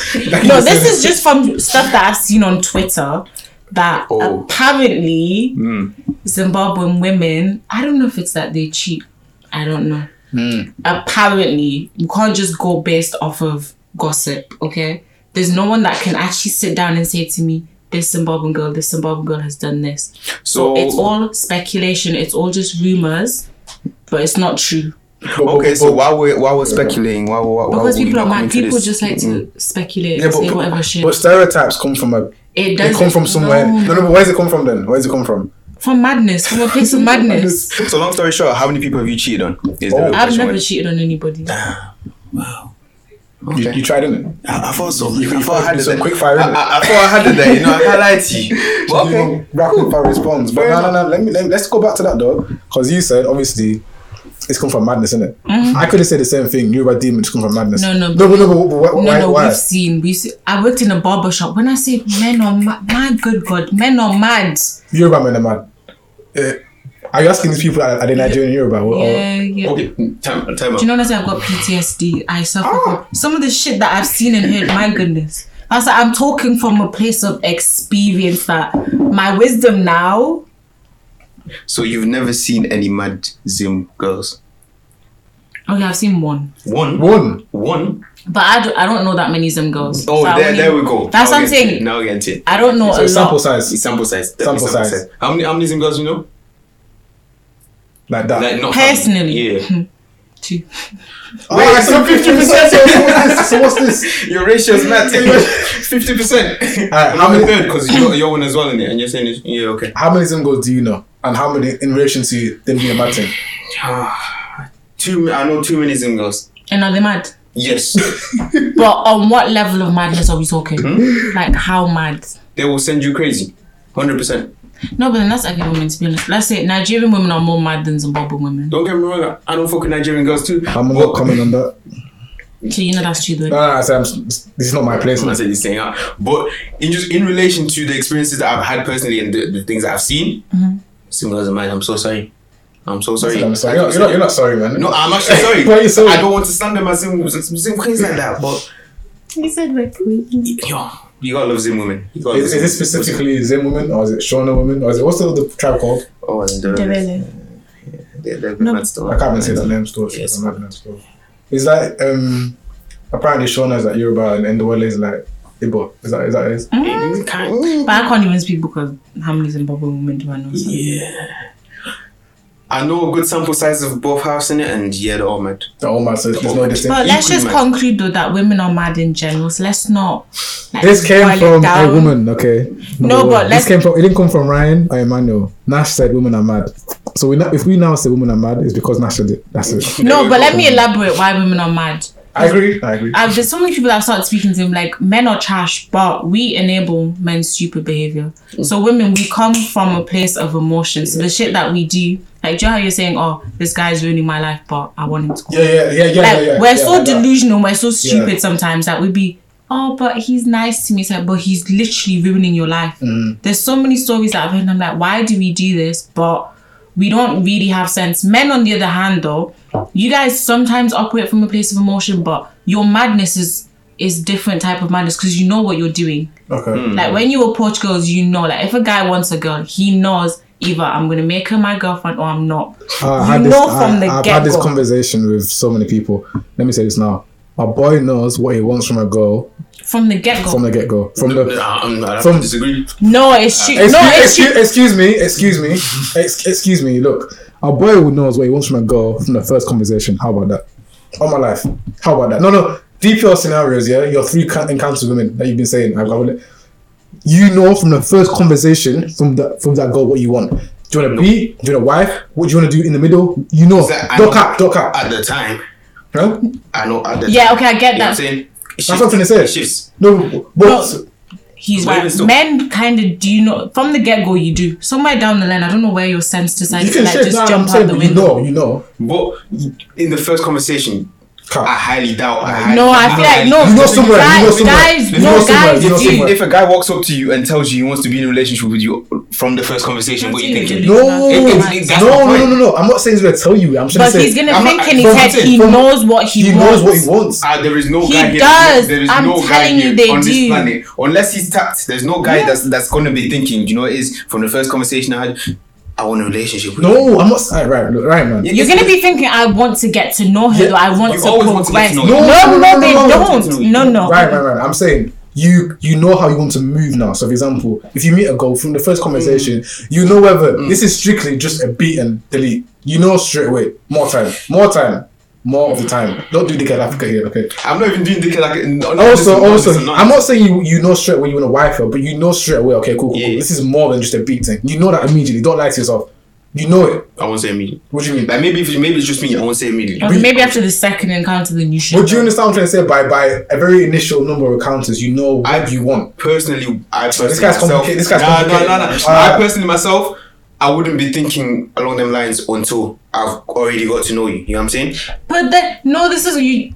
D: this is just from stuff that I've seen on Twitter that
C: Oh.
D: apparently
B: Hmm.
D: Zimbabwean women, I don't know if it's that they cheat. I don't know.
B: Hmm.
D: Apparently, you can't just go based off of gossip, okay? There's no one that can actually sit down and say to me, this Zimbabwean girl, this Zimbabwean girl has done this.
C: So,
B: Oh.
D: It's all speculation, it's all just rumors, but it's not true.
C: okay. So while we're while we're speculating, while while, while
B: Oh,
D: Because
C: we
D: people are
C: coming
D: mad,
C: to
D: people
C: this-
D: just like to
B: Mm-hmm.
D: speculate
B: Yeah,
D: and say
B: but,
D: whatever shit.
B: but, but stereotypes come from a. They
D: it does
B: come from somewhere. No, no, but where's it come from then? Where's it come from?
D: From madness, from a place of madness.
C: So long story short, how many people have you cheated on? Is
B: Oh.
C: the real
B: I've
D: I've
C: question.
D: never cheated on anybody.
B: You, you tried it.
C: I, I thought so. I thought I had
B: do
C: it
B: some
C: there.
B: quick fire,
C: I,
B: innit?
C: I, I thought I had it there. You know, I can't lie to you. But okay.
B: rapid fire response. But
C: Fair
B: no, no, no. Let me, let me let's go back to that though, because you said obviously it's come from madness, isn't it? I could have said the same thing. You were a demon, it's come from madness.
D: Mm-hmm. No,
B: no,
D: no,
B: but, no. But, wh- wh-
D: No,
B: why?
D: no,
B: why?
D: we've seen. We've seen, I worked in a barber shop. When I say men are mad, my good God, men are mad.
B: Yoruba men are mad. Eh, are you asking these people are, are they Nigerian Yoruba? Or, or,
D: Yeah, yeah.
C: Okay. Time. Time out.
D: Do you know what I say? I've got PTSD. I suffer from some of the shit that I've seen and heard. My goodness. I was like, I'm talking from a place of experience that my wisdom now.
C: So you've never seen any mad Zim girls?
D: Okay, I've seen one,
C: One.
B: one.
C: One.
D: but I don't, I don't know that many Zim girls.
C: Oh,
D: So I
C: there,
D: wouldn't-
C: there we go.
D: That's
C: Now
D: what I'm
C: we're getting it.
D: saying.
C: Now we're getting it.
D: I don't know
B: So
D: a
B: it's sample
D: lot.
B: size
C: It's sample size.
B: Sample
C: Definitely sample
B: size.
C: size. How many? How many Zim girls you know?
B: like that.
C: Like not
D: Personally,
C: Yeah.
D: Two.
B: oh, I said fifty percent. So what's this? So what's this?
C: Your ratio's mad. Fifty percent.
B: Alright, how
C: I'm a
B: many-
C: third because you're, you're one as well in it, and you're saying it's, yeah, okay.
B: How many Zingos do you know, and how many in relation to them being a bad thing?
C: Two. I know too many Zim girls.
D: and are they mad?
C: Yes,
D: But on what level of madness are we talking?
B: Hmm?
D: Like how mad?
C: they will send you crazy. Hundred percent.
D: No, but then that's every woman to be honest. Let's say Nigerian women are more mad than Zimbabwean women.
C: Don't get me wrong. I don't fuck with Nigerian girls too.
B: I'm
C: but-
B: not commenting on that.
D: So you know that's true
B: No,
D: though.
B: no, no, I said I'm, this is not my place.
C: I'm not saying this thing out, but in just in relation to the experiences that I've had personally and the, the things that I've seen, Zim girls are mad. I'm so sorry. I'm so sorry.
B: I'm sorry. You're, not- you're not, you're not sorry, man.
C: No, I'm actually sorry.
B: Why are you sorry?
C: I don't want to stand them as Zim, Zim queens like that, but
D: You said we're
C: yo, you gotta love Zim women. You gotta
B: Is,
C: love
B: is it
C: Zim-
B: specifically Zim women or is it Shona women or is it what's the other tribe called?
C: Oh, and the, the, the, the
D: No.
C: mad stuff.
B: I can't even say that name still.
C: Yes.
B: Yes. I'm name still. It's like um, apparently Shona is like Yoruba and Ndwale is like Igbo. Is that is that it? Is?
C: Hmm?
D: Mm. But I can't even speak because how many Zimbabwean women do I know? So.
C: Yeah. I know a good sample size of both halves in it, and yeah, they're all mad.
B: The old man says there's no distinction.
D: But let's
C: Equally
D: just
C: mad.
D: conclude though that women are mad in general. So let's not. Like,
B: This
D: boil
B: came
D: it
B: from a
D: down.
B: woman, okay?
D: No,
B: Number
D: but
B: one.
D: let's-
B: this came from it didn't come from Ryan or Emmanuel. Nash said women are mad. So we now, if we now say women are mad, it's because Nash said it. That's it.
D: No, but let me elaborate why women are mad.
B: I agree. I agree.
D: I've, there's so many people that I've started speaking to them like men are trash, but we enable men's stupid behavior. So women, we come from a place of emotion. So the shit that we do, like do you know how you're saying, oh, this guy's ruining my life, but I want him to. Go.
B: yeah, yeah, yeah, yeah,
D: like
B: yeah, yeah.
D: we're
B: yeah,
D: so
B: like that.
D: delusional, we're so stupid
B: Yeah.
D: sometimes that we be. Oh, but he's nice to me. It's like, but he's literally ruining your life.
B: Mm.
D: There's so many stories that I've heard. And I'm like, why do we do this? But we don't really have sense. Men, on the other hand, though, you guys sometimes operate from a place of emotion, but your madness is is different type of madness because you know what you're doing.
B: Okay.
D: Like when you approach girls, you know. Like if a guy wants a girl, he knows either I'm gonna make her my girlfriend or I'm not.
B: I
D: You
B: had this,
D: know from the
B: I, I've had this
D: get-go.
B: conversation with so many people. Let me say this now. A boy knows what he wants from a girl
D: From the get
B: from
D: go.
B: the get go. From
C: Nah,
B: the
C: I'm not, I
B: From-
C: disagree.
D: No, it's she.
B: excuse,
D: No, it's she.
B: excuse, excuse me, excuse me, ex- excuse me. Look, a boy who knows what he wants from a girl from the first conversation. How about that? All my life. How about that? No, no. DPL scenarios. Yeah, your three can- encounters with women that you've been saying. I, I will, you know from the first conversation from that from that girl what you want. Do you want to be? Do you want a wife? What do you want to do in the middle? You know.
C: That I
B: Don't
C: know
B: cap. Don't cap.
C: At the time,
B: Huh?
C: I know at the
D: Yeah, okay, I get
C: You know what I'm
D: that.
C: saying? It
B: That's what I'm trying to say.
C: shifts.
B: No, but
D: No, He's
E: Women
D: right.
E: still-
D: Men kind of do not from the get go. You do somewhere down the line. I don't know where your sense decides
B: You
D: to
B: can
D: like
B: shake
D: just
B: that. I'm
D: jump out
B: saying,
D: the
B: but you
D: window.
B: know, you know.
C: But in the first conversation, I
B: Cut.
C: highly doubt. I highly
D: No, I feel like no.
B: You know somewhere, you
D: guys,
B: know somewhere,
D: guys,
B: you know
D: no,
B: somewhere,
D: guys.
B: you know
C: If, he,
B: somewhere.
C: if a guy walks up to you and tells you he wants to be in a relationship with you from the first conversation, what are you thinking?
D: No,
B: No,
D: It-
C: it- it- that's
B: no,
C: my
B: no,
C: point.
B: no, no, no. I'm not saying he's gonna tell you. I'm just
D: But
B: saying
D: he's gonna
C: I'm
D: think
C: not-
D: in his
B: from-
D: head. He
B: from-
D: knows what he,
B: he
D: wants.
B: knows what he wants.
C: Ah, there is no
D: He
C: guy here.
D: does.
C: There is
D: I'm
C: no guy
D: telling you,
C: here
D: they
C: on
D: do.
C: this planet. Unless he's tapped, there's no guy
D: Yeah.
C: that's that's gonna be thinking. You know, is from the first conversation I had. I want a relationship. With you.
B: No, I'm not. Right, right, look, right, man.
D: You're gonna be thinking, I want to get to know her.
B: Yeah.
D: Though. I want
C: You
D: to
C: always want to get
D: progress.
C: to
D: No,
C: know her.
B: No,
D: no,
B: no,
D: they
B: no, no, no,
D: don't. No, no.
B: Right, right, right. I'm saying you you know how you want to move now. So, for example, if you meet a girl from the first conversation,
C: Mm.
B: you know whether this is strictly just a beat and delete. You know straight away. More time. More time. More of the time. Don't do the girl Africa here, okay?
C: I'm not even doing the like. no, no,
B: Also,
C: listen, no,
B: also,
C: listen, no.
B: I'm not saying you, you know straight away you want to wife her, but you know straight away, okay, cool, cool,
C: Yeah.
B: cool. This is more than just a beating. You know that immediately. Don't lie to yourself. You know it.
C: I won't say immediately.
B: What do you mean?
C: Like maybe if maybe it's just me, I won't say immediately.
D: Okay, maybe after the second encounter, then you should.
B: Would you
D: know.
B: understand what I'm trying to say? By by a very initial number of encounters, you know what you want.
C: personally, I personally
B: This guy's
C: myself,
B: complicated- this guy's
C: nah, nah,
B: complicated.
C: nah, nah.
B: Uh,
C: I personally myself, I wouldn't be thinking along them lines until I've already got to know you. You know what I'm saying?
D: But then, no, this is you.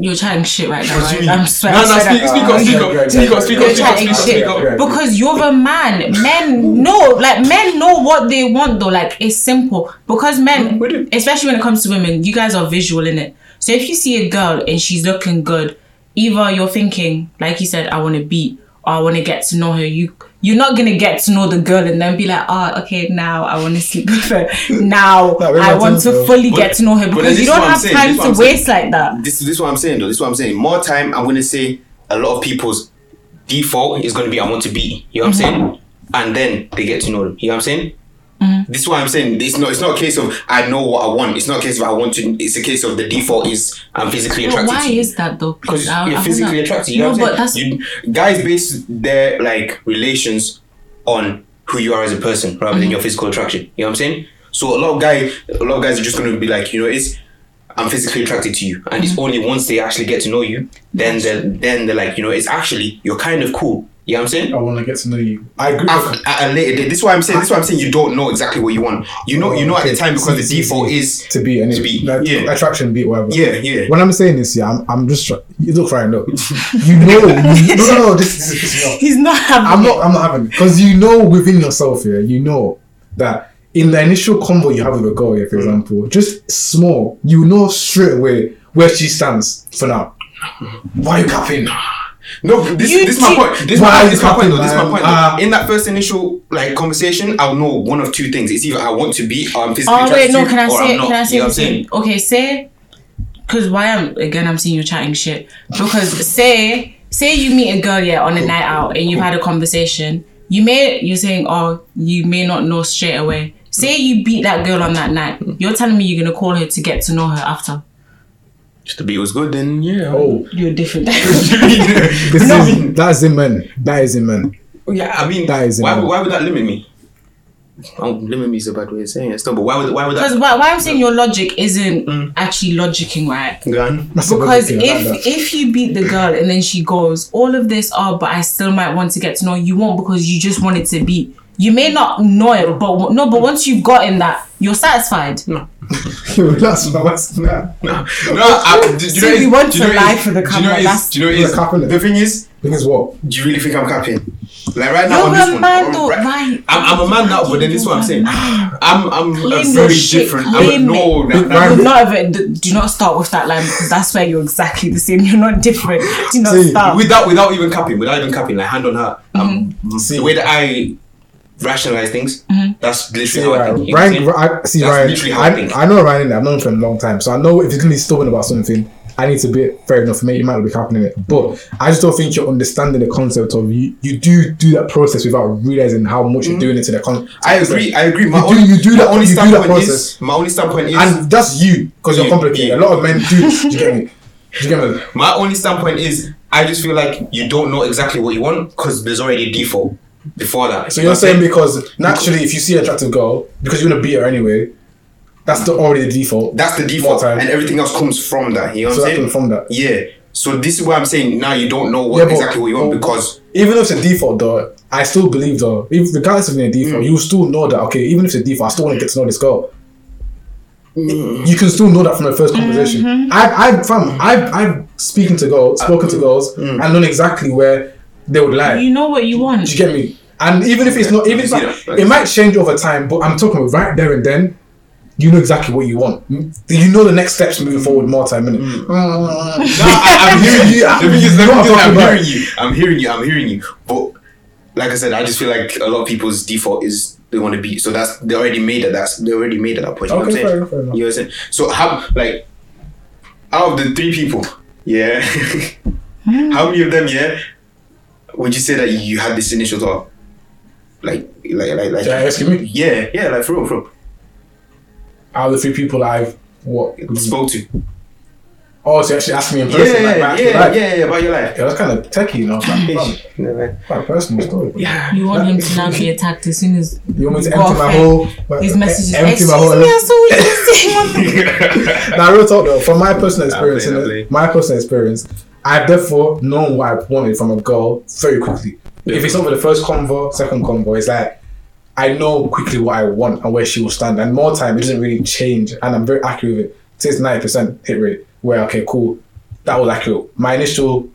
D: You're chatting shit right now.
C: What do you
D: Right?
C: mean?
D: I'm sweating.
C: No, no,
D: I'm sweating.
C: Speak up, speak up, speak up, speak up,
D: You're
C: speak up,
D: chatting
C: speak up,
D: shit
C: speak up.
D: because you're a man. Men know, like men know what they want though. Like it's simple because
B: Mm,
D: men,
C: we do.
D: especially when it comes to women, you guys are visual in it. So if you see a girl and she's looking good, either you're thinking, like you said, I want to beat or I want to get to know her. You you're not gonna get to know the girl and then be like, oh, okay, now I want to sleep with her. Now
B: No, we're
D: I
B: not
D: want
B: doing
D: to
B: so.
D: fully
C: But-
D: get to know her
C: but
D: because
C: this
D: you
C: is
D: don't
C: what I'm
D: have
C: saying,
D: time
C: this is what
D: to
C: I'm saying.
D: waste like that.
C: This this is what I'm saying though. This is what I'm saying. More time, I'm gonna say a lot of people's default is gonna be I want to be. You know what
D: Mm-hmm.
C: I'm saying? And then they get to know them. You know what I'm saying?
D: Mm-hmm.
C: This is what I'm saying. It's not. It's not a case of I know what I want. It's not a case of I want to. It's a case of the default is I'm physically
D: But
C: attracted.
D: why
C: to you.
D: is that though?
C: because
D: I- I
C: you're
D: wanna-
C: physically attracted. You
D: no,
C: know what
D: but
C: I'm
D: that's
C: saying? You, guys base their like relations on who you are as a person rather than your physical attraction. You know what I'm saying? So a lot of guy, a lot of guys are just gonna be like, you know, it's I'm physically attracted to you, and it's only once they actually get to know you, then they then they're like, you know, it's actually you're kind of cool. You know what I'm saying?
B: I want to get to know you. I agree.
C: Af- at a later date. This is why I'm saying. This is why I'm saying you don't know exactly what you want. You
B: Oh,
C: know, you know at the time because the default is
B: to be and
C: to be.
B: like,
C: Yeah.
B: attraction beat whatever.
C: yeah, yeah.
B: When I'm saying this, yeah, I'm, I'm just try- you look right now. You know, you- no, no, no, this, this is this is not.
D: He's not having.
B: I'm
D: it.
B: not. I'm not having because you know within yourself, yeah, you know that in the initial combo you have with a girl, yeah, for example, just small, you know straight away where she stands for now. Why are you capping?
C: No, this,
D: You
C: this is my
D: cheat-
C: point. This is
B: Why
C: my,
B: you
C: this is my point. Though. This is my
B: fucking
C: point.
B: lying?
C: though. In that first initial like conversation, I'll know one of two things. It's either I want to be, or I'm physically
D: Oh wait,
C: attracted
D: no.
C: to,
D: Can I
C: or
D: say?
C: I'm not.
D: Can I say?
C: You know what I'm
D: this thing?
C: saying?
D: Okay, say. Because why I'm again, I'm seeing you chatting shit. Because say, say you meet a girl yeah on a night out and you've had a conversation. You may you're saying oh you may not know straight away. Say you beat that girl on that night. You're telling me you're gonna call her to get to know her after.
C: If the beat was good, then yeah.
B: Oh,
D: You're different.
B: this
C: this
B: is that is a man. That is a man.
C: yeah, I mean,
B: That is
C: why,
B: enough.
C: would- why would that limit me? Oh, limit me is a bad way of saying it. Still, but why would why would
D: Because
C: that?
D: why, why I'm saying your logic isn't
C: Mm.
D: actually logicking right.
C: Gun.
B: That's a good
D: Because
B: thing, I like
D: if
B: that.
D: if you beat the girl and then she goes, all of this, oh, but I still might want to get to know you won't because you just wanted to beat. You may not know it, but w- no, but once you've gotten that, you're satisfied.
B: that's that's nah.
C: No, I, do, do you
D: So
C: know
D: we
C: is-
D: want
C: do
D: to
C: you know
D: lie
C: is-
D: for the
C: do you know
D: camera,
C: is-
D: that's-
C: Do you know
B: You're capping it.
C: is the thing is?
B: Because what?
C: Do you really think I'm capping? Like right now
D: You're
C: on this
D: a
C: one,
D: man
C: I'm
D: though,
C: right-
D: right?
C: I'm, I'm a man now, but then this is what I'm saying. I'm I'm a
D: Claim your
C: very
D: shit,
C: different.
D: claim
C: I'm a, no,
B: Big
C: no, no,
B: man.
D: You're not a, d- do not start with that line because that's where you're exactly the same. You're not different. Do not
B: See,
D: start.
C: without without even capping, without even capping, like hand on heart. Um,
D: Mm-hmm.
C: the way that I rationalize things, that's literally
B: See,
C: how I
B: Ryan,
C: think. You know what I'm
B: Ryan,
C: saying?
B: I, see,
C: That's
B: Ryan,
C: literally how I think.
B: I, I know Ryan, I've known him for a long time, so I know if he's gonna be stubborn about something, I need to be fair enough, mate. You might not be happening it, but I just don't think you're understanding the concept of you. You do do that process without realizing how much you're doing it to the con.
C: Mm. I agree. I agree. My
B: You do-
C: only,
B: you do
C: my
B: that-
C: only
B: you do that
C: standpoint
B: process.
C: is my only standpoint is
B: and that's you because you're
C: Yeah,
B: complicated.
C: yeah.
B: A lot of men do. do you get me? Do you get me?
C: my only standpoint is I just feel like you don't know exactly what you want because there's already a default before that.
B: So you're saying because naturally, if you see an attractive girl, because you want to beat her anyway, that's the, already the default.
C: that's the
B: More
C: default,
B: time.
C: and everything else comes from that. You know what
B: so
C: I'm
B: that's
C: saying?
B: from that.
C: Yeah. So this is what I'm saying. Now you don't know what
B: Yeah, but-
C: exactly what you want
B: but-
C: because
B: even if it's a default though, I still believe though, if, regardless of being a
C: Mm.
B: default, you still know that okay, even if it's a default, I still want to get to know this girl.
C: Mm.
B: You can still know that from the first conversation. I've, I've, fam, I've, I've speaking to girls, spoken
C: Mm.
B: to girls, and known exactly where they would lie.
D: You know what you want.
B: Do you get me? And even if it's not, even if it's
C: Yeah,
B: not, it might change over time, but I'm talking about right there and then. You know exactly what you want. You know the next steps moving forward
C: Mm.
B: more time,
C: No,
B: innit?
C: I, am hearing you.
B: You
C: I'm, hearing you.
B: know what I'm
C: I'm
B: talking
C: hearing you. I'm hearing you. I'm hearing you. But like I said, I just feel like a lot of people's default is they want to be. So that's they already made it. That's they already made at that point. You know what I'm
B: Okay, fair
C: saying?
B: enough, fair enough.
C: You know what I'm saying? So how like out of the three people, yeah, how many of them, yeah, would you say that you had this initial thought? Like, like, like, like.
B: Should I ask you me?
C: Yeah, yeah, like for real, for
B: Out of the three people I've what
C: real. Spoke to.
B: Oh, so you actually asked me in
C: Yeah,
B: person, like
C: yeah,
B: back to
C: yeah,
B: back.
C: yeah, yeah, about your life.
B: Yeah, that's kind of techie, you know. Like,
C: Never.
B: quite a personal story. Yeah.
D: You want him to now be attacked as soon as
B: You want me to
D: Go
B: empty my
D: off,
B: whole, my,
D: his messages.
B: e- empty
D: Excuse
B: my whole.
D: me, I saw what you said.
B: Now, real talk though, from my personal experience,
C: playing, I'm
B: innit,
C: playing.
B: my personal experience, I've therefore known what I wanted from a girl very quickly. If it's not for the first convo, second convo, it's like I know quickly what I want and where she will stand. And more time, it doesn't really change, and I'm very accurate with it. So it's ninety percent hit rate. Where okay, cool, that was accurate. My initial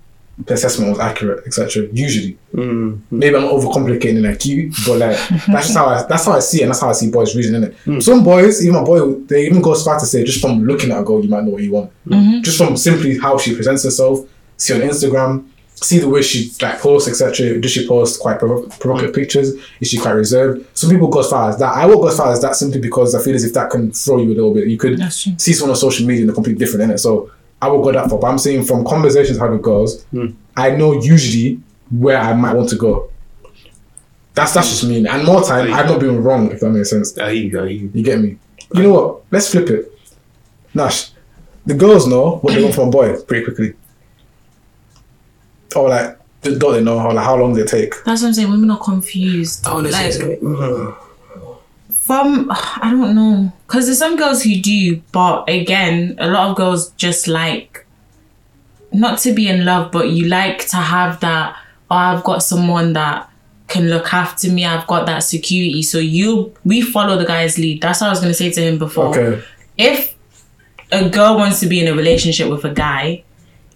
B: assessment was accurate, etc. Usually, maybe I'm overcomplicating it like you, but like that's just how I that's how I see it, and that's how I see boys reasoning it. Some boys, even my boy, they even go as far to say just from looking at a girl, you might know what you want. Just from simply how she presents herself, see on Instagram, see the way she like posts, etc. Does she post quite provo- provocative
D: Mm.
B: pictures? Is she quite reserved? Some people go as far as that. I will go as far as that simply because I feel as if that can throw you a little bit. You could
D: That's true.
B: see someone on social media and they're completely different in it. So I will go that far. But I'm saying from conversations I have with girls,
D: Mm.
B: I know usually where I might want to go. That's that's just me. And more time, I've not been wrong, if that makes sense.
C: Are you? Are you?
B: You get me? You know what? Let's flip it. Nash, the girls know what they want from a boy pretty quickly. Or like, don't they know? Or like, how long they take?
D: That's what I'm saying. Women are confused. like, from I don't know, because there's some girls who do, but again, a lot of girls just like not to be in love, but you like to have that. Oh, I've got someone that can look after me. I've got that security. So you, we follow the guy's lead. That's what I was gonna say to him before
B: Okay.
D: if a girl wants to be in a relationship with a guy,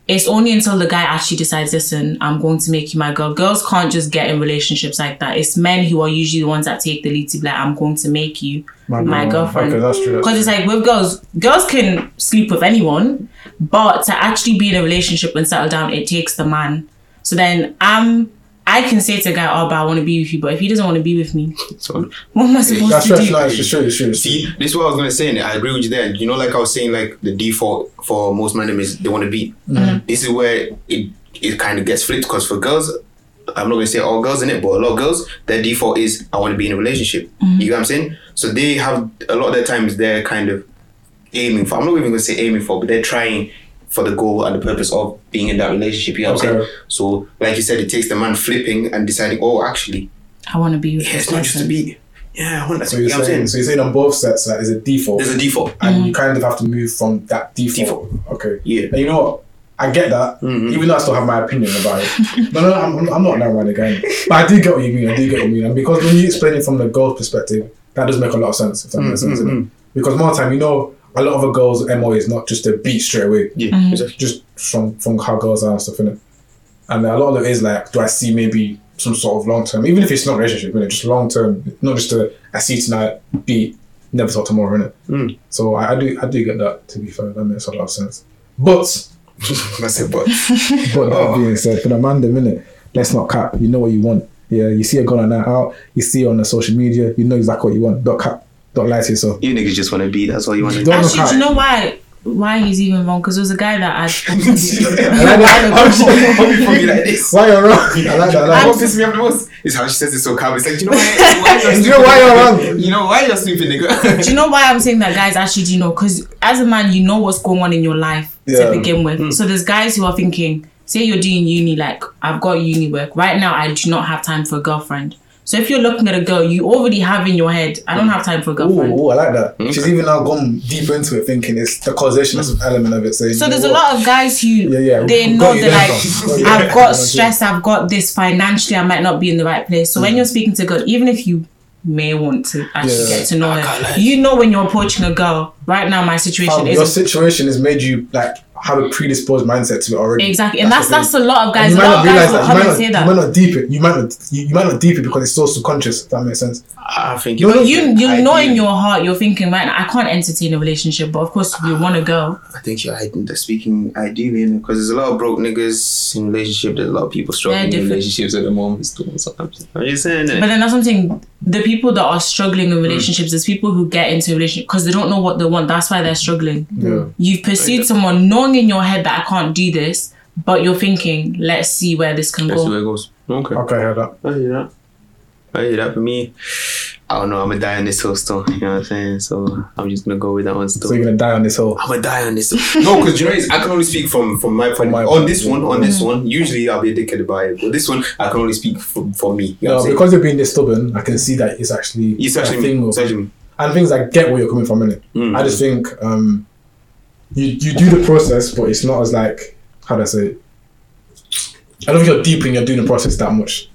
D: it's only until the guy actually decides, listen, I'm going to make you my girl. Girls can't just get in relationships like that. It's men who are usually the ones that take the lead to be like, I'm going to make you my, girlfriend.
B: Okay, that's true. that's
D: Because it's like with girls, girls can sleep with anyone, but to actually be in a relationship and settle down, it takes the man. So then I'm, I can say to a guy, oh, but I want to be with you. But if he doesn't want to be with me, what am I supposed
B: That's
D: to
B: true.
D: do?
B: That's true. It's true. It's true. It's true.
C: See, this is what I was gonna say, and I agree with you there. You know, like I was saying, like the default for most men is they want to be. This is where it it kind of gets flipped because for girls, I'm not gonna say all girls in it, but a lot of girls, their default is I want to be in a relationship. You know what I'm saying? So they have a lot of their times they're kind of aiming for. I'm not even gonna say aiming for, but they're trying for the goal and the purpose of being in that relationship. You know what I'm
B: Okay.
C: saying? So, like you said, it takes the man flipping and deciding, oh, actually,
D: I want to be with
C: yeah,
D: this
C: it's not just to
D: person.
C: be. Yeah, I want that.
B: So
C: you
B: you're
C: know what I'm
B: saying,
C: saying?
B: so you're saying on both sets that there's a default,
C: There's a default.
B: and you kind of have to move from that default. Okay.
C: Yeah.
B: And you know what? I get that, even though I still have my opinion about it. no, no, I'm, I'm- I'm not that man again. But I do get what you mean. I do get what you mean, and because when you explain it from the girl's perspective, that does make a lot of sense. If that makes sense, innit? because more time, you know, a lot of a girl's mo is not just to beat straight away.
C: Yeah, exactly.
B: just from from how girls are and stuff in it. And a lot of it is like, do I see maybe some sort of long term, even if it's not relationship, you know, just long term, not just a I see you tonight, be never talk tomorrow, innit? Mm. So I, I do I do get that to be fair, that makes a lot of sense. But
C: That's it, but
B: but that being said, for the man, the minute, let's not cap. You know what you want. Yeah, you see a girl on that out, you see her on the social media, you know exactly what you want. Don't cap, don't lie to yourself.
F: You niggas just want to be. That's all you want to do.
B: Don't
D: Actually, do
B: cap.
D: you know why? Why he's even wrong? Because there was a guy that I.
B: I like that.
C: like this.
B: Why you're wrong? I like that. I like
C: What
B: that.
C: pisses me off the most is how she says it so calm. It's like, you know why? why you're
B: You know why you're wrong?
C: sleeping? You know why you're sleeping,
D: do
C: nigga?
D: you know why I'm saying that guys actually do know? Because as a man, you know what's going on in your life
B: Yeah.
D: to begin with. So there's guys who are thinking, say you're doing uni, like I've got uni work right now. I do not have time for a girlfriend. So if you're looking at a girl, you already have in your head, I don't have time for a girlfriend.
B: Ooh, ooh, I like that. She's even now gone deep into it, thinking it's the causation element of it. So,
D: Mm. So there's a lot of guys who
B: Yeah, yeah,
D: they
B: we've
D: know
B: got you
D: they're
B: there,
D: like,
B: bro. We've got you
D: I've
B: there.
D: got stress, I've got this financially, I might not be in the right place.
B: Mm.
D: So when you're speaking to a girl, even if you may want to actually
B: Yeah.
D: get to know her, you know when you're approaching a girl, right now my situation
B: Um, your
D: is
B: situation has made you like have a predisposed mindset to it already.
D: exactly and that's
B: the thing.
D: that's a lot
B: And
D: of guys, a
B: you might
D: lot
B: not
D: of
B: realize
D: guys will
B: that. You
D: come
B: might
D: and
B: not,
D: say
B: you
D: that.
B: might not deep it. You might not. You, you might not deep it because it's so subconscious. If that makes sense.
C: I think
B: No, no,
D: You
C: I
D: you know
C: do.
D: in your heart you're thinking right now I can't entertain a relationship, but of course you want a girl.
C: I think you're hiding the speaking ideally because there's a lot of broke niggas in relationship. There's a lot of people struggling in
D: different.
C: relationships at the moment. Still, sometimes I'm just saying
D: But
C: that.
D: then that's something the people that are struggling
C: Mm.
D: in relationships is people who get into a relationship because they don't know what they want. That's why they're struggling.
B: Yeah.
D: You've pursued someone knowing in your head that I can't do this, but you're thinking, let's see where this can
C: That's the way
D: go.
C: it goes. Okay,
B: Okay, I heard that.
C: I hear that. I hear that. For me, I don't know. I'm gonna die on this hill still. You know what I'm saying? So I'm just gonna go with that one still.
B: So you're gonna die on this hill.
C: I'm gonna die on this. no, because you know, it's, I can only speak from from my point.
B: My
C: on
B: point,
C: this
B: yeah.
C: one, on this one. Usually, I'll be a dickhead about it, but this one, I can only speak for, for me. You know
B: No,
C: what I'm saying?
B: because you're being this stubborn, I can see that it's actually
C: It's
B: a
C: actually
B: thing
C: me.
B: of-
C: It's actually me.
B: and things I get where you're coming from in it.
C: Mm.
B: I just think um, you you do the process, but it's not as like how do I say? It? I don't think you're deep in you're doing the process that much.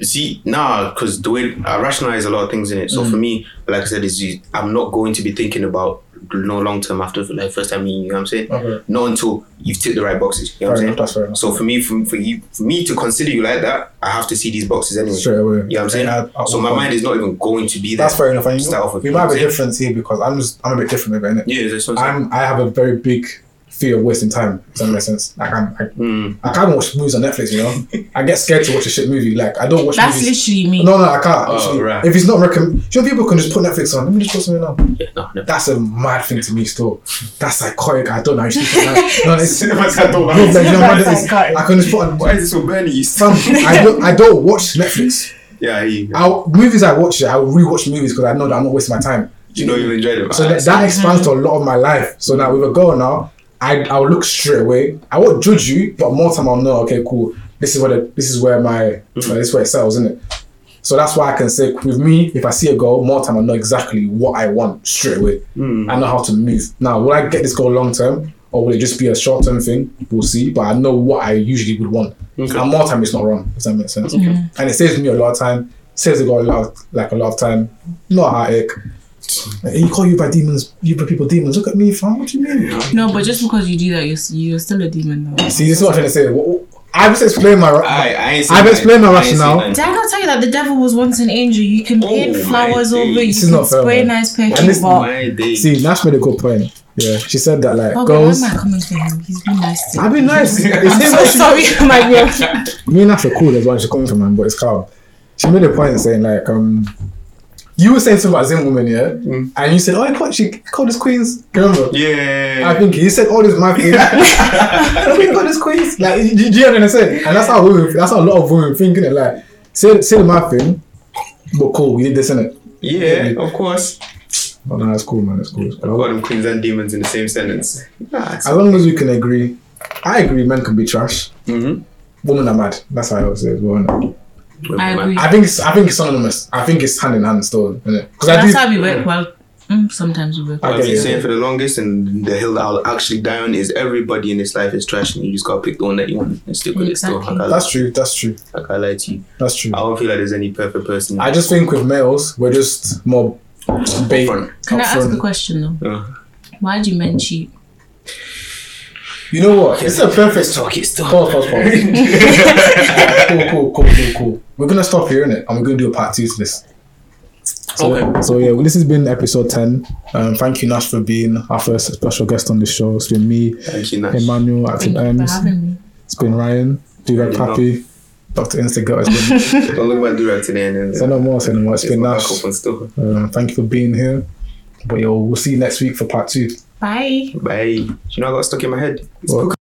C: See, nah, because the way I rationalize a lot of things in it. So
B: Mm.
C: for me, like I said, is you- I'm not going to be thinking about no long term after like first time meeting you. You know what I'm saying?
B: Okay.
C: Not until you've ticked the right boxes. You know
B: Fair
C: what
B: enough,
C: I'm saying?
B: that's fair enough.
C: So for me, for, for you, for me to consider you like that, I have to see these boxes anyway.
B: Straight away.
C: You know what I'm saying?
B: And I- at
C: so
B: one
C: my
B: point-
C: mind is not even going to be there.
B: That's fair enough. And
C: to
B: you
C: start off
B: know,
C: with,
B: we
C: you know
B: might have a
C: what I'm saying?
B: difference here because I'm just I'm a bit different with it. innit?
C: Yeah, that's what I'm saying.
B: I'm I have a very big fear of wasting time. If that makes sense. Like I'm, I,
C: Mm.
B: I can't watch movies on Netflix. You know, I get scared to watch a shit movie. Like I don't watch.
D: That's
B: movies.
D: literally me.
B: No, no, I can't. actually.
C: Oh, right.
B: If it's not recommended, you know, people can just put Netflix on. Let me just put something on.
C: Yeah, no, no.
B: That's a mad thing to me. Still, that's psychotic. I don't know. how you sleep at night. No, it's no,
C: Cinemas, I don't
B: like, you know,
D: That's
B: man, it's-
D: psychotic.
B: I can just put on.
C: Why is it so burning?
B: Fam, I don't. I don't watch Netflix.
C: Yeah, he,
B: I movies I watch. I rewatch movies because I know that I'm not wasting my time.
C: you know you enjoyed it.
B: So that, that expands to a lot of my life. So now with a girl now, I I'll look straight away. I won't judge you, but more time I'll know. Okay, cool. This is where the, this is where my uh, this is where it settles, isn't it? So that's why I can say with me, if I see a girl, more time I know exactly what I want straight away. I know how to move. Now, will I get this girl long term or will it just be a short term thing? We'll see. But I know what I usually would want. And more time it's not wrong, if that makes sense. And it saves me a lot of time. Saves the girl a lot of, like a lot of time. Not heartache. Hey, You call you by demons, you by people demons. Look at me, fam. What do you mean?
D: No, but just because you do that, you're, s- you're still a demon though.
B: See, this is what I'm trying to say. What- what- I've just explained my.
C: I, I ain't
B: I've
C: seen
B: explained my
C: that. I ain't seen
B: rationale.
C: that.
D: Did I not tell you that the devil was once an angel? You can paint
C: Oh, my
D: flowers
C: days.
D: over, it, you
B: This is
D: can
B: not fair,
D: spray
B: man.
D: nice perfume,
B: And this-
D: but
C: My day.
B: see, Nash made a good point. Yeah, she said that like
D: Oh, but why
B: girls.
D: am I coming for him? He's been nice to me.
B: I've been nice. It's him
D: So
B: that she-
D: sorry, my girl.
B: me and Ash are cool as well. She's coming from man, but it's calm. She made a point saying like, um, you were saying something about Zim woman, yeah, and you said, oh, I called she called us queens. Do you Remember?
C: Yeah.
B: I think he said all this mad things. Like, we call this queens. Like, do, do you know what I'm saying? And that's how women. That's how a lot of women think it. Like, say say the mad thing, but cool. We did this in it.
C: yeah, of course.
B: But no, it's cool, man. It's cool. It's cool.
C: Got them queens and demons in the same sentence. Nah,
B: As long as we can agree, I agree. Men can be trash.
C: Mhm.
B: Women are mad. That's how I would say it. Well, innit?
D: I agree.
B: I think it's, I think it's synonymous. I think it's hand in hand still, innit? Because I
D: That's
B: do.
D: how we work well. Mm, sometimes we work well.
B: I
C: I've
B: get
C: been
B: it.
C: saying for the longest, and the hill that I'll actually die on is everybody in this life is trash, and you just gotta pick the one that you want and stick with it. Still,
D: Exactly.
C: like I,
B: That's true. That's true.
C: like I lied to you.
B: That's true.
C: I don't feel like there's any perfect person.
B: I just think with males, we're just more bait.
C: Upfront.
D: Can I ask a
B: upfront.
D: question though?
C: Uh,
D: Why do men cheat?
B: You know what? It's a perfect
C: talk it still.
B: Pause, pause, pause. cool, cool, cool, cool, cool. We're gonna stop here, innit? And we're gonna do a part two to this. So,
C: Okay.
B: so yeah, well, this has been episode ten. Um, thank you, Nash, for being our first special guest on the show. It's been me,
C: Thank you, Nash.
B: Emmanuel,
D: Thank
B: Acting
D: you for
B: Ems.
D: having me.
B: It's been Ryan, Do Red
C: Thank you,
B: Pappy, Doctor Instagirl. It's been
C: Don't look at my durag today and then.
B: say no more, say no more. It's been
C: back
B: Nash.
C: up and still.
B: Um, thank you for being here. But yo, we'll see you next week for part two.
D: Bye.
C: Bye. Do you know I got stuck in my head? It's
B: What?